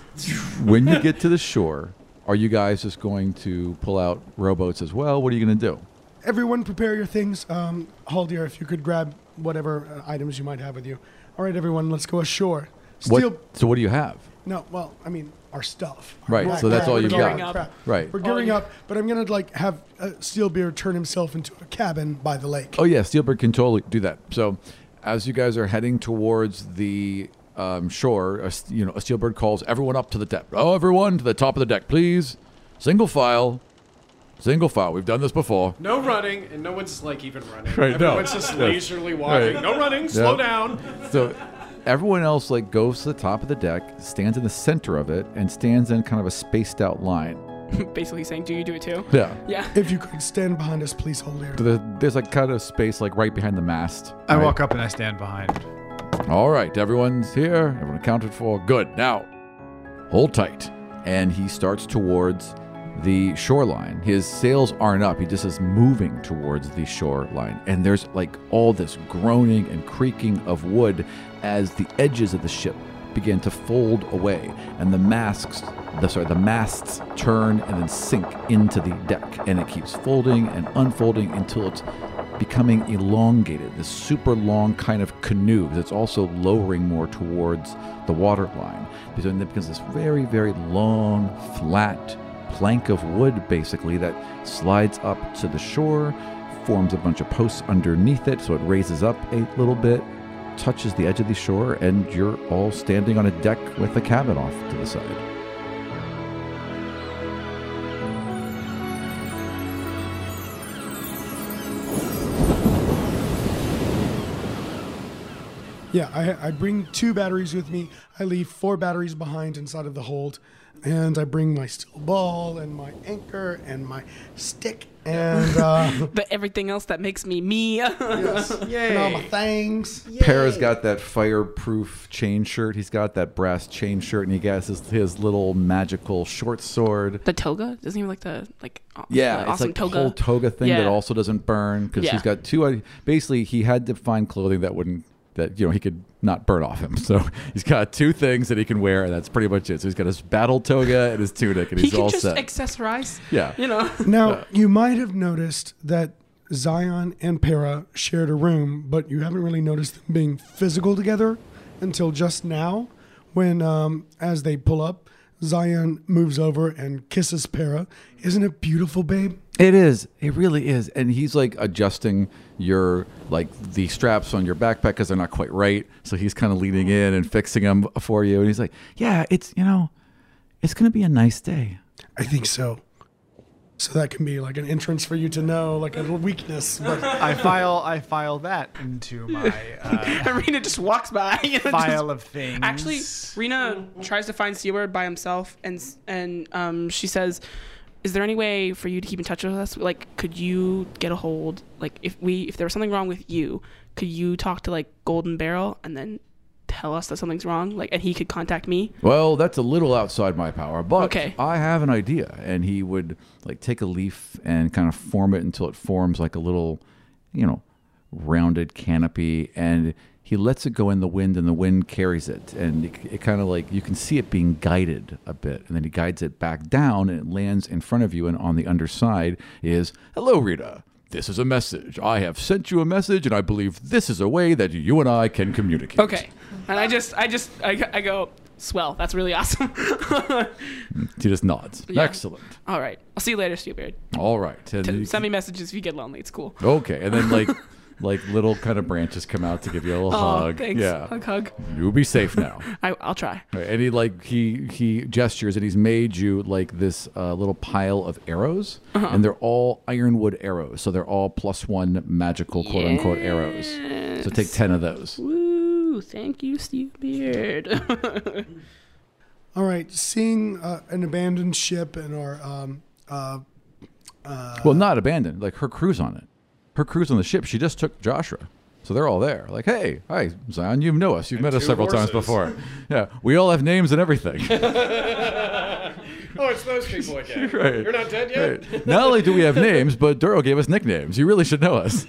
S1: when you get to the shore, are you guys just going to pull out rowboats as well? What are you going to do?
S2: Everyone, prepare your things. Um, Haldir, if you could grab whatever uh, items you might have with you. All right, everyone, let's go ashore. Steal.
S1: What, so what do you have?
S2: No, well, I mean, our stuff.
S1: Right,
S2: Our
S1: so that's
S2: crap,
S1: all you've
S2: our
S1: got.
S2: crap.
S1: Right.
S2: We're gearing up, but I'm gonna like have uh, Steelbeard turn himself into a cabin by the lake.
S1: Oh yeah, Steelberg can totally do that. So, as you guys are heading towards the um, shore, a, s- you know, a Steelbird calls everyone up to the deck. Oh, everyone to the top of the deck, please. Single file, single file. We've done this before.
S7: No running, and no one's like even running.
S1: Right, no.
S7: Everyone's just
S1: Yes.
S7: leisurely walking.
S1: Right.
S7: No running.
S1: Yeah.
S7: Slow down.
S1: So, everyone else like goes to the top of the deck, stands in the center of it, and stands in kind of a spaced out line.
S6: *laughs* basically saying, do you do it too?
S1: Yeah.
S6: Yeah.
S2: If you could stand behind us, please, Haldir.
S1: So there- There's like kind of space like right behind the mast.
S3: I
S1: right?
S3: walk up and I stand behind.
S1: All right, everyone's here. Everyone accounted for. Good. Now, hold tight. And he starts towards the shoreline. His sails aren't up. He just is moving towards the shoreline. And there's like all this groaning and creaking of wood as the edges of the ship begin to fold away and the masks the sorry the masts turn and then sink into the deck and it keeps folding and unfolding until it's becoming elongated, this super long kind of canoe that's also lowering more towards the water line. Because then it becomes this very, very long, flat plank of wood, basically, that slides up to the shore, forms a bunch of posts underneath it, so it raises up a little bit, touches the edge of the shore, and you're all standing on a deck with a cabin off to the side.
S2: Yeah, I, I bring two batteries with me. I leave four batteries behind inside of the hold, and I bring my steel ball and my anchor and my stick and
S6: *laughs*
S2: uh,
S6: But everything else that makes me me. *laughs*
S2: and all my things.
S1: Para's got that fireproof chain shirt. He's got that brass chain shirt, and he has his, his little magical short sword.
S6: The toga doesn't even like the like. aw-
S1: Yeah,
S6: the
S1: it's
S6: awesome
S1: like
S6: toga.
S1: the whole toga thing that
S6: Yeah.
S1: also doesn't burn because
S6: Yeah.
S1: he's got two. uh, Basically, he had to find clothing that wouldn't that you know he could not burn off him. *laughs* So he's got two things that he can wear, and that's pretty much it. So he's got his battle toga and his tunic, and
S6: He
S1: he's
S6: can
S1: all
S6: just
S1: set.
S6: *laughs* accessorize.
S1: Yeah.
S6: You know.
S2: Now you might have noticed that Zion and Para shared a room, but you haven't really noticed them being physical together until just now, when um, as they pull up, Zion moves over and kisses Para. Isn't it beautiful, babe?
S1: It is. It really is. And he's like adjusting your like the straps on your backpack because they're not quite right. So he's kind of leaning in and fixing them for you. And he's like, "Yeah, it's you know, it's gonna be a nice day."
S2: I think so. So that can be like an entrance for you to know, like a little weakness. But
S3: I file I file that into my uh,
S11: and Rena just walks
S6: *laughs*
S11: by. You know, just-
S3: file of things.
S5: Actually, Rena tries to find Seaward by himself, and s- and um, she says, "Is there any way for you to keep in touch with us? Like, could you get a hold? Like, if we if there was something wrong with you, could you talk to like Golden Barrel and then tell us that something's wrong? Like, and he could contact me.
S1: Well, that's a little outside my power, but
S5: Okay.
S1: I have an idea. And he would like take a leaf and kind of form it until it forms like a little, you know, rounded canopy. And he lets it go in the wind, and the wind carries it. And it, it kind of like you can see it being guided a bit. And then he guides it back down, and it lands in front of you. And on the underside is Hello, Rita. This is a message. I have sent you a message, and I believe this is a way that you and I can communicate.
S5: Okay. And I just I just I, I go swell. That's really awesome. *laughs*
S1: He just nods.
S5: Yeah.
S1: Excellent.
S5: All right. I'll see you later, Seaward.
S1: All right. And
S5: T-
S1: you-
S5: send me messages if you get lonely. It's cool.
S1: *laughs* Okay, and then like like little kind of branches come out to give you a little
S5: Aw,
S1: hug.
S5: Oh, thanks.
S1: Yeah,
S5: Hug, hug.
S1: You'll be safe now.
S5: I, I'll try.
S1: All right, and he like he he gestures and he's made you like this uh, little pile of arrows,
S5: Uh-huh.
S1: and they're all ironwood arrows, so they're all plus one magical quote unquote arrows. So take ten of those.
S5: Woo! Thank you, *laughs* Steelbeard.
S2: all right, seeing uh, an abandoned ship and or um, uh, uh,
S1: well, not abandoned. Like her crew's on it. Her crew's on the ship. She just took Joshua. So they're all there. Like, hey, hi, Zion, you know us. You've met us
S7: two
S1: several times
S7: horses.
S1: before. Yeah, we all have names and everything.
S5: *laughs*
S7: oh, it's those people again.
S1: *laughs* Right.
S7: You're not dead yet.
S1: Right. Not only do we have names, but Duro gave us nicknames. You really should know us.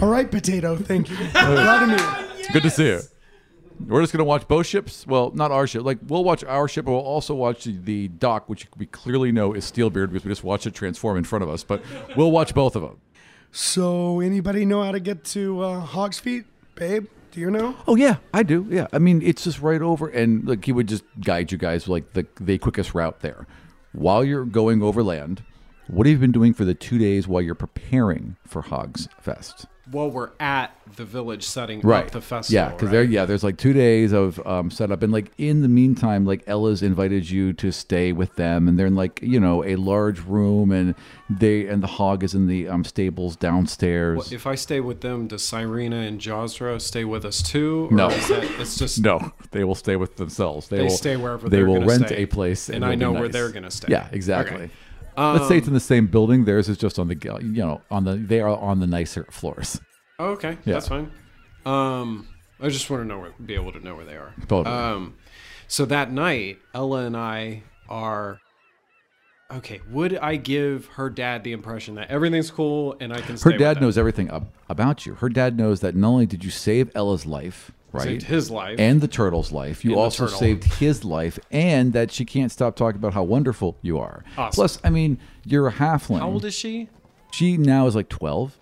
S2: all right, potato. Thank you, Vladimir.
S1: It's good to see you. We're just going to watch both ships. Well, not our ship. Like, we'll watch our ship, but we'll also watch the, the dock, which we clearly know is Steelbeard because we just watched it transform in front of us. But we'll watch both of them.
S2: So, anybody know how to get to uh, Hog's Feet, babe? Do you know?
S1: Oh, yeah, I do. Yeah. I mean, it's just right over. And, like, he would just guide you guys, like, the, the quickest route there. While you're going overland, what have you been doing for the two days while you're preparing for Hogs Fest?
S7: Well, we're at the village setting
S1: right
S7: up the festival.
S1: yeah because
S7: right?
S1: there yeah there's like two days of um, setup and like in the meantime like ella's invited you to stay with them and they're in like you know a large room and they and the hog is in the um, stables downstairs
S7: Well, if I stay with them, does Cyrena and Josro stay with us too? Or
S1: No.
S7: is that, it's just
S1: no they will stay with themselves they,
S7: They
S1: will
S7: stay wherever
S1: they
S7: they're
S1: will
S7: gonna
S1: rent
S7: stay.
S1: a place
S7: And I
S1: it'll be
S7: know where
S1: nice.
S7: they're gonna stay.
S1: yeah exactly
S7: Okay. Um,
S1: let's say it's in the same building theirs is just on the gal- you know on the they are on the nicer floors
S7: Oh, okay,
S1: Yeah.
S7: that's fine. Um, I just want to know where, be able to know where they are.
S1: Totally.
S7: Um, so that night, Ella and I are. Okay, would I give her dad the impression that everything's cool and I can? stay
S1: her
S7: with
S1: dad
S7: them?
S1: knows everything ab- about you. Her dad knows that not only did you save Ella's life, right?
S7: Saved his life.
S1: And the turtle's life. You
S7: And the
S1: also
S7: turtle.
S1: saved his life, and that she can't stop talking about how wonderful you are.
S7: Awesome.
S1: Plus, I mean, you're a halfling.
S7: How old is she?
S1: she? Now is like 12.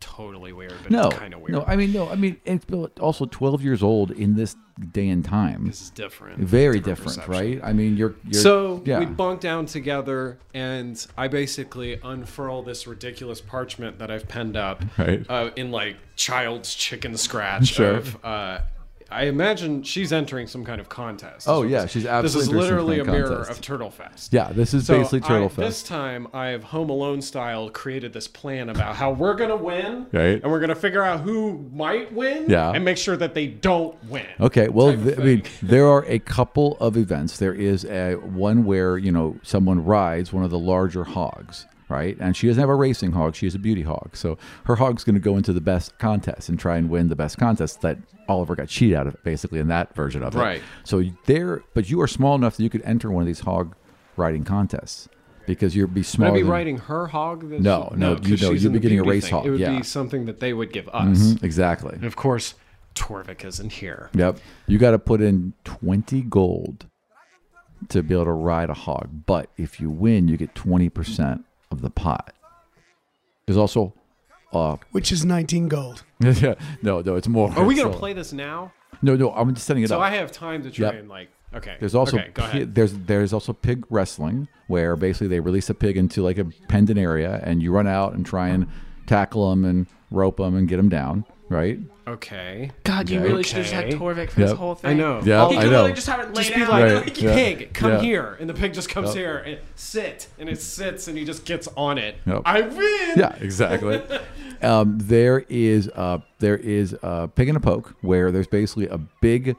S7: Totally weird, but
S1: No.
S7: it's kind of weird.
S1: No, I mean, no, I mean, it's also 12 years old in this day and time.
S7: This is different.
S1: Very different,
S7: perception.
S1: right? I mean, you're. you're
S7: So
S1: yeah.
S7: we bunk down together, and I basically unfurl this ridiculous parchment that I've penned up
S1: Right.
S7: uh, in like child's chicken scratch.
S1: Sure.
S7: Of, uh, I imagine she's entering some kind of contest.
S1: Oh,
S7: This
S1: yeah,
S7: is-
S1: she's absolutely
S7: This
S1: entering
S7: is
S1: some
S7: literally
S1: kind
S7: a
S1: of
S7: mirror
S1: contest.
S7: of Turtle Fest.
S1: Yeah, this is
S7: So
S1: basically Turtle
S7: I-
S1: Fest.
S7: This time, I have Home Alone style created this plan about how we're gonna win,
S1: Right.
S7: And we're gonna figure out who might win,
S1: Yeah.
S7: and make sure that they don't win.
S1: Okay, well,
S7: type of
S1: th- I mean,
S7: thing.
S1: there are a couple of events. There is a one where you know someone rides one of the larger hogs, right? And she doesn't have a racing hog; she has a beauty hog. So her hog's going to go into the best contest and try and win the best contest that Oliver got cheated out of, basically in that version of it.
S7: Right.
S1: So there, but you are small enough that you could enter one of these hog riding contests because you'd be
S7: Would I
S1: smaller.
S7: be
S1: than-
S7: riding her hog? This
S1: No, no, you
S7: 'cause
S1: know,
S7: she's
S1: you'd
S7: in
S1: be
S7: the
S1: getting a
S7: beauty
S1: race
S7: thing.
S1: hog,
S7: It would
S1: yeah.
S7: be something that they would give us.
S1: Mhm, exactly.
S7: And of course, Torvik isn't here.
S1: Yep. You got to put in 20 gold to be able to ride a hog. But if you win, you get 20% of the pot. There's also. Uh, *laughs*
S2: Which is 19 gold.
S1: yeah, no, no, it's more.
S7: Are we gonna
S1: So-
S7: play this now?
S1: No, no, I'm just setting it
S7: So
S1: up.
S7: I have time to try
S1: Yep.
S7: and like. Okay.
S1: There's also
S7: Okay, go
S1: pi-
S7: ahead.
S1: there's there's also pig wrestling where basically they release a pig into like a penned area and you run out and try and tackle them and rope them and get them down. right?
S7: Okay.
S5: God, you
S1: Yeah.
S5: really should have just had
S7: Okay.
S5: Torvik for
S1: Yep.
S5: this whole thing.
S7: I know.
S1: Yeah,
S5: You
S1: I
S5: could
S1: know.
S5: really just have it laid
S7: Just be
S5: out.
S7: like,
S1: Right, yeah,
S7: pig, come
S1: yeah.
S7: here, and the pig just comes
S1: Yep.
S7: here and sit, and it sits, and he just gets on it.
S1: Yep.
S7: I win.
S1: Yeah, exactly. um, there is uh, there is a pig and a poke where there's basically a big,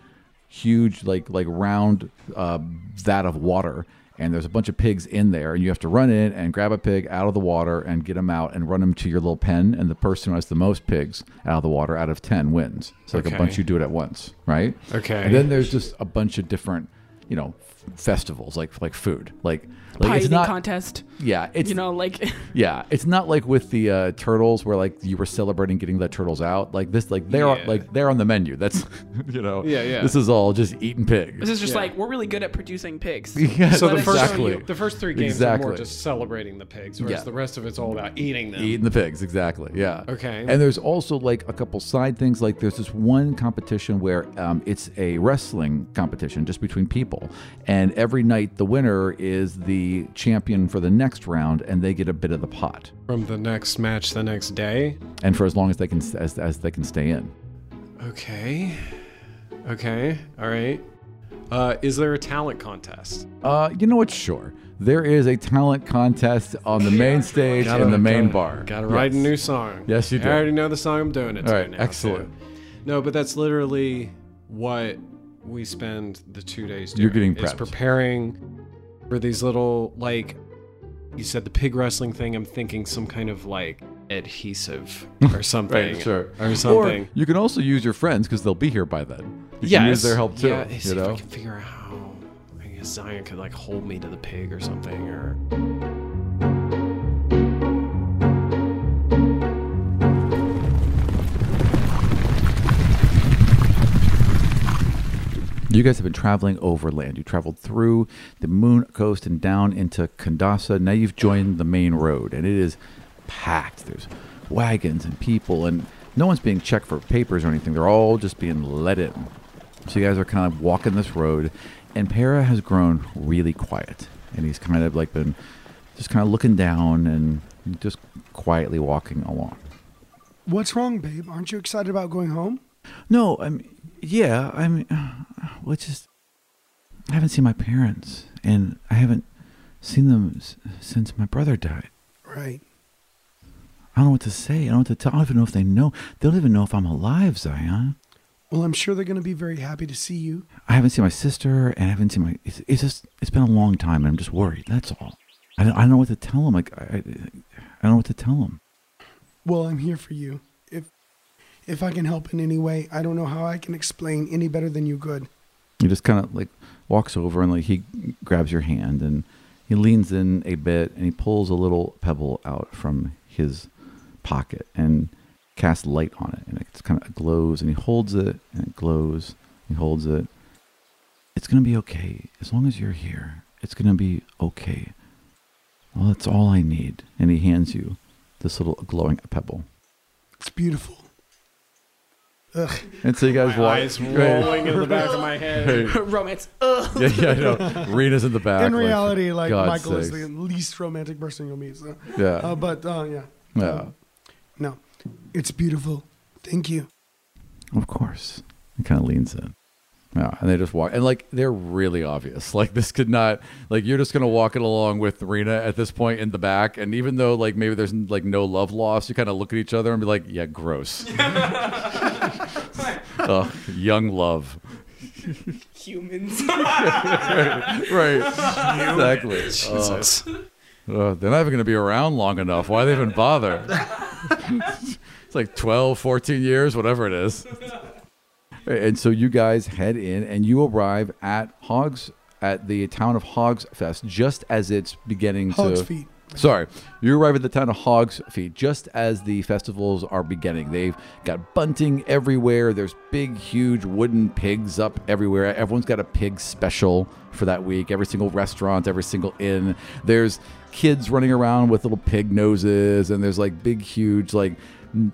S1: huge like like round uh, vat of water, and there's a bunch of pigs in there, and you have to run in and grab a pig out of the water and get him out and run him to your little pen, and the person who has the most pigs out of the water out of ten wins. So like
S7: Okay.
S1: a bunch, you do it at once, right?
S7: Okay.
S1: And then there's just a bunch of different, you know, f- festivals like like food, like like
S5: pie
S1: it's
S5: eating
S1: not
S5: contest.
S1: yeah, it's
S5: You know, like *laughs*
S1: yeah, it's not like with the uh, turtles where like you were celebrating getting the turtles out. Like this, like they're
S7: Yeah.
S1: like they're on the menu. That's *laughs* you know.
S7: Yeah, yeah.
S1: This is all just eating pig.
S5: this is just like we're really good at producing *laughs* pigs.
S1: *laughs* Yeah,
S7: *laughs* So the
S5: Let it
S7: first
S1: exactly.
S7: the first three games are more
S1: Exactly.
S7: just celebrating the pigs, whereas
S1: Yeah.
S7: the rest of it's all about eating them.
S1: Eating the pigs, exactly. Yeah.
S7: Okay.
S1: And there's also like a couple side things. Like there's this one competition where um, it's a wrestling competition just between people, and every night the winner is the champion for the next round, and they get a bit of the pot,
S7: From the next match the next day.
S1: and for as long as they can as, as they can stay in.
S7: Okay. Okay. All right. Uh, is there a talent contest?
S1: Uh, you know what? Sure. There is a talent contest on the main stage in the main
S7: gotta-
S1: bar.
S7: Gotta write a
S1: Yes.
S7: new song.
S1: Yes, you do.
S7: I already know the song. I'm doing it.
S1: All
S7: to
S1: right,
S7: now,
S1: excellent.
S7: too. No, but that's literally what we spend the two days doing.
S1: You're getting
S7: is
S1: prepped.
S7: preparing for these little like. You said the pig wrestling thing. I'm thinking some kind of like
S1: *laughs*
S7: adhesive or something.
S1: sure.
S7: Or something.
S1: Or you can also use your friends because they'll be here by then. You can use their help too.
S7: Yeah, see
S1: you
S7: if I
S1: know.
S7: can figure out how I guess Zion could like hold me to the pig or something or
S1: You guys have been traveling overland. You traveled through the moon coast and down into Kandasa. Now you've joined the main road, and it is packed. There's wagons and people, and no one's being checked for papers or anything. They're all just being let in. So you guys are kind of walking this road, and Para has grown really quiet, and he's kind of like been just kind of looking down and just quietly walking along.
S2: What's wrong, babe? Aren't you excited about going home?
S1: No, I mean, yeah, I mean, *sighs* well, it's just, I haven't seen my parents, and I haven't seen them s- since my brother died.
S2: Right.
S1: I don't know what to say. I don't know what to tell. I don't even know if they know. They don't even know if I'm alive, Zion.
S2: Well, I'm sure they're going to be very happy to see you.
S1: I haven't seen my sister, and I haven't seen my. It's, it's just, it's been a long time, and I'm just worried. That's all. I don't, I don't know what to tell them. Like, I, I, I don't know what to tell them.
S2: Well, I'm here for you. If if I can help in any way, I don't know how I can explain any better than you could.
S1: he just kind of like walks over and like he grabs your hand and he leans in a bit and he pulls a little pebble out from his pocket and casts light on it and it kind of glows and he holds it and it glows he holds it it's going to be okay as long as you're here it's going to be okay well that's all i need and he hands you this little glowing pebble
S2: It's beautiful. Ugh.
S1: and so you guys walk
S7: eyes rolling into the back of
S1: *laughs*
S7: my head.
S5: Romance. *laughs* Ugh.
S1: yeah, yeah, I know. Rena's in the back.
S2: in reality, like
S1: God's
S2: Michael is
S1: sakes.
S2: the least romantic person you'll meet. So.
S1: yeah,
S2: Uh, but uh, yeah,
S1: yeah.
S2: no, it's beautiful. Thank you.
S1: Of course. It kind of leans in. Yeah, and they just walk, and like they're really obvious. *laughs* Like this could not, like you're just gonna walk it along with Rena at this point in the back, and even though like maybe there's like no love lost, you kind of look at each other and be like, yeah, gross. *laughs* Ugh, young love.
S5: Humans.
S1: *laughs* Right. exactly. Jesus. they're not even gonna be around long enough. Why they even bother? *laughs* it's like 12, 14 years, whatever it is. And so you guys head in and you arrive at Hogs at the town of Hogs Fest just as it's beginning
S2: Hogs
S1: to
S2: feet.
S1: Sorry. You arrive at the town of Hogs Feet just as the festivals are beginning. They've got bunting everywhere. There's big, huge wooden pigs up everywhere. Everyone's got a pig special for that week. Every single restaurant, every single inn. There's kids running around with little pig noses, and there's like big, huge, like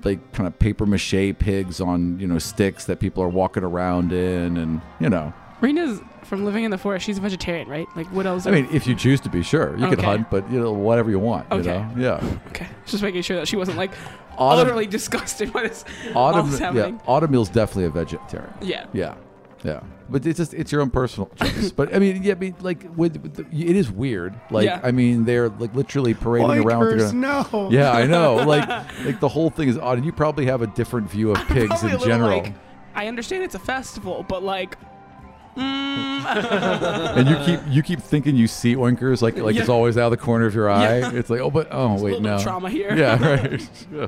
S1: like kind of paper mache pigs on you know sticks that people are walking around in, and you know
S5: Rena's from living in the forest. She's a vegetarian, right? Like what else?
S1: I mean, if you choose to be, sure, you could
S5: Okay.
S1: hunt, but you know whatever you want. You
S5: Okay.
S1: know, yeah.
S5: okay, just making sure that she wasn't like
S1: Autumn-
S5: utterly disgusted by this. all
S1: Autumn,
S5: that's
S1: yeah,
S5: happening.
S1: Autumn's definitely a vegetarian.
S5: Yeah.
S1: yeah, yeah. But it's just it's your own personal choice. but I mean, yeah, I mean, like with, with the, it is weird. Like
S5: Yeah.
S1: I mean, they're like literally parading around. with their-
S2: Oinkers, no.
S1: Yeah, I
S5: *laughs*
S1: know. Like like the whole thing is odd, and you probably have a different view of pigs
S5: Probably a
S1: in
S5: little,
S1: general.
S5: like, I understand it's a festival, but like,
S1: *laughs*
S5: mm,
S1: and you keep you keep thinking you see oinkers like like it's
S5: Yeah.
S1: always out of the corner of your eye. It's like oh, but oh wait,
S5: little bit
S1: no
S5: of trauma here. *laughs*
S1: Yeah, right. Yeah.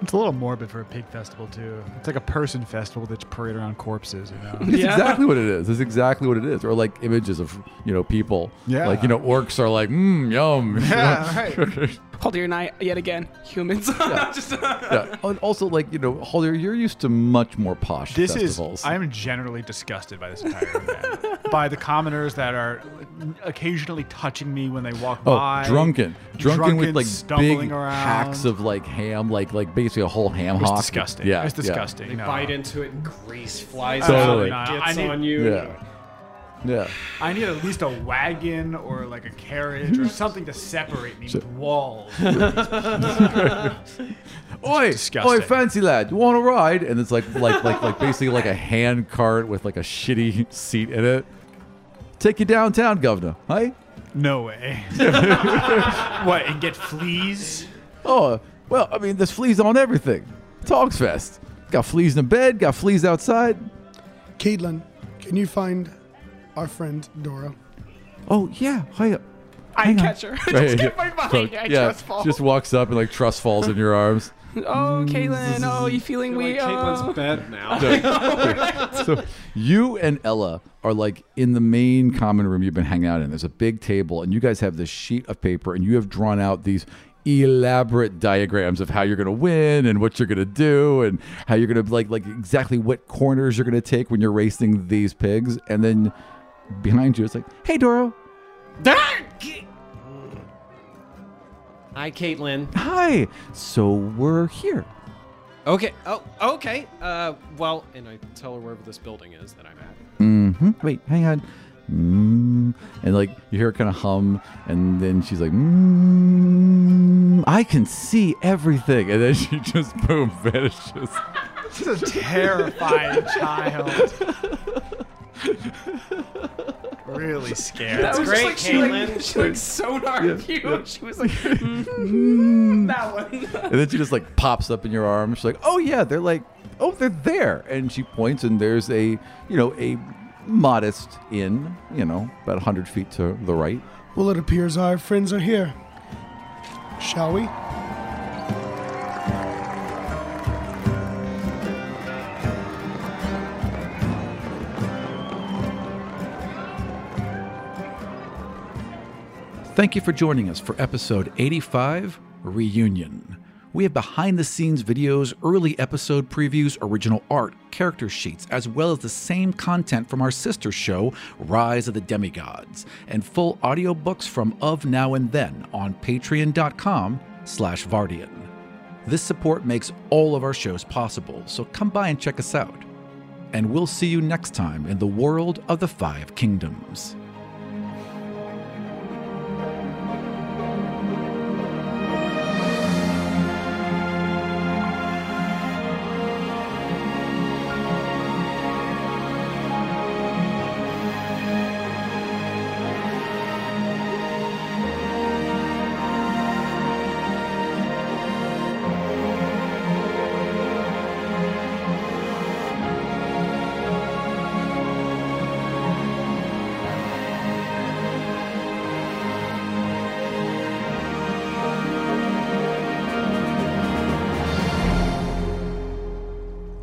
S3: It's a little morbid for a pig festival too. It's like a person festival that you parade around corpses.
S1: *laughs*
S3: You know?
S1: It's
S5: Yeah.
S1: exactly what it is. It's exactly what it is. Or like images of you know people.
S3: Yeah.
S1: Like you know orcs are like mmm yum.
S3: *laughs* yeah, right.
S5: Haldir and I yet again humans. *laughs* Just-
S1: Yeah. *laughs* And also like you know Holder, you're used to much more posh
S3: This
S1: festivals.
S3: is. I am generally disgusted by this entire event. by the commoners that are occasionally touching me when they walk
S1: Oh,
S3: by.
S1: drunken. drunken,
S3: Drunken,
S1: with like
S3: stumbling
S1: big
S3: around.
S1: hacks of like ham, like like basically a whole ham
S3: It's
S1: hock.
S3: disgusting.
S1: Yeah,
S3: it's
S1: yeah.
S3: disgusting. no.
S7: Bite into it and grease flies
S1: Totally.
S7: out
S3: No,
S7: and
S3: I
S7: gets
S3: need-
S7: on you.
S1: Yeah. Yeah.
S3: I need at least a wagon or like a carriage or something to separate me with walls.
S1: Oi,
S3: disgusting.
S1: oi, fancy lad, you want to ride? And it's like, like, like, like, basically like a hand cart with like a shitty seat in it. Take you downtown, governor. Hey,
S3: No way. *laughs* what and get fleas?
S1: oh, well, I mean, there's fleas on everything. Togs fest. Got fleas in the bed. Got fleas outside.
S2: Caitlin, can you find our friend Dora?
S1: Oh yeah, hi.
S5: I *laughs*
S1: Hang on.
S5: catch her.
S1: Right,
S5: just
S1: yeah.
S5: get my
S1: So,
S5: body. I
S1: yeah,
S5: trust fall.
S1: just walks up and like trust falls in your
S5: *laughs*
S1: arms.
S5: oh, Caitlin. Oh, you feeling
S7: Like
S5: we?
S7: Caitlin's
S5: Uh,
S7: bed
S1: *laughs*
S7: now.
S1: so you and Ella are like in the main common room you've been hanging out in. There's a big table, and you guys have this sheet of paper, and you have drawn out these elaborate diagrams of how you're going to win and what you're going to do and how you're going to like like exactly what corners you're going to take when you're racing these pigs and then behind you it's like hey doro
S12: Hi, Caitlin.
S1: hi so we're here
S12: Okay. Oh, okay. Uh, well, and I tell her wherever this building is that I'm at.
S1: hmm Wait, hang on. Mm. And like you hear her kind of hum, and then she's like, mm, "I can see everything," and then *laughs* she just boom vanishes.
S3: She's a terrifying child. Really scared.
S5: that was
S12: great,
S5: just like she
S12: Caitlin.
S5: like, she like sonar you. She was like that one.
S1: And then she just like pops up in your arm. She's like, "Oh yeah, they're like, oh they're there." And she points, and there's a you know a modest inn, you know, about hundred feet to the right.
S2: Well, it appears our friends are here. Shall we?
S9: Thank you for joining us for episode 85 Reunion. We have behind the scenes videos, early episode previews, original art, character sheets, as well as the same content from our sister show, Rise of the Demigods, and full audiobooks from Of Now and Then on patreon.com slash Vardian. This support makes all of our shows possible, so come by and check us out. And we'll see you next time in the world of the Five Kingdoms.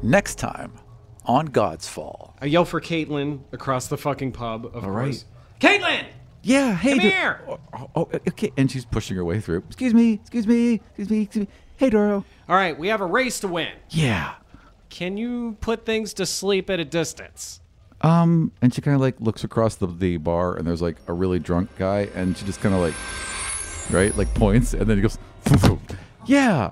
S13: Next time on God's Fall.
S7: I yell for Caitlin across the fucking pub, of course. Caitlin!
S13: Yeah, hey.
S7: Come
S13: Dor-
S7: here!
S13: Oh, oh, oh, okay. And she's pushing her way through. Excuse me, excuse me, excuse me, excuse me. Hey, Doro.
S7: All right, we have a race to win.
S13: Yeah.
S7: Can you put things to sleep at a distance?
S1: Um, and she kind of like looks across the, the bar, and there's like a really drunk guy, and she just kind of like, right, like *laughs* points, and then he goes, "Foo, foo." yeah.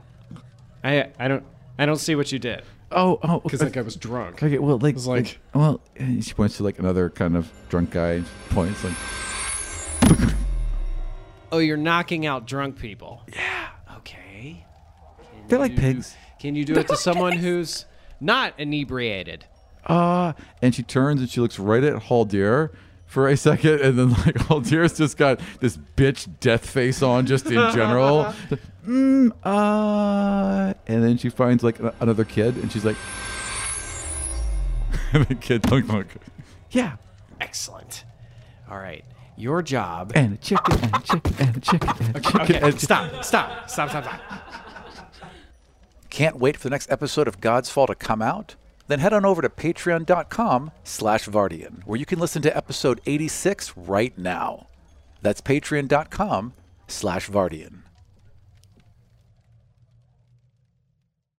S7: I I don't I don't see what you did.
S1: Oh, oh,
S9: because like I was drunk.
S1: Okay, well, like,
S9: It's like-
S1: well, and she points to like another kind of drunk guy. and Points like,
S7: Oh, you're knocking out drunk people. Yeah. Okay. Can
S1: They're like
S7: you-
S1: pigs.
S7: Can you do it to someone who's not inebriated?
S1: ah, and she turns and she looks right at Haldir for a *laughs* second, and then like Haldir's just got this bitch death face on just
S9: *laughs*
S1: in general. mm, uh, and then she finds like a- another kid, and she's like, *laughs* and the kid *laughs* like, like, yeah,
S7: Excellent. All right. Your job.
S1: and a chicken, and a chicken, and a chicken, and a chicken.
S7: Okay.
S1: and a chi-
S7: Stop. Stop. Stop. Stop. Stop.
S14: Can't wait for the next episode of God's Fall to come out? Then head on over to patreon.com slash Vardian, where you can listen to episode 86 right now. That's patreon.com slash Vardian.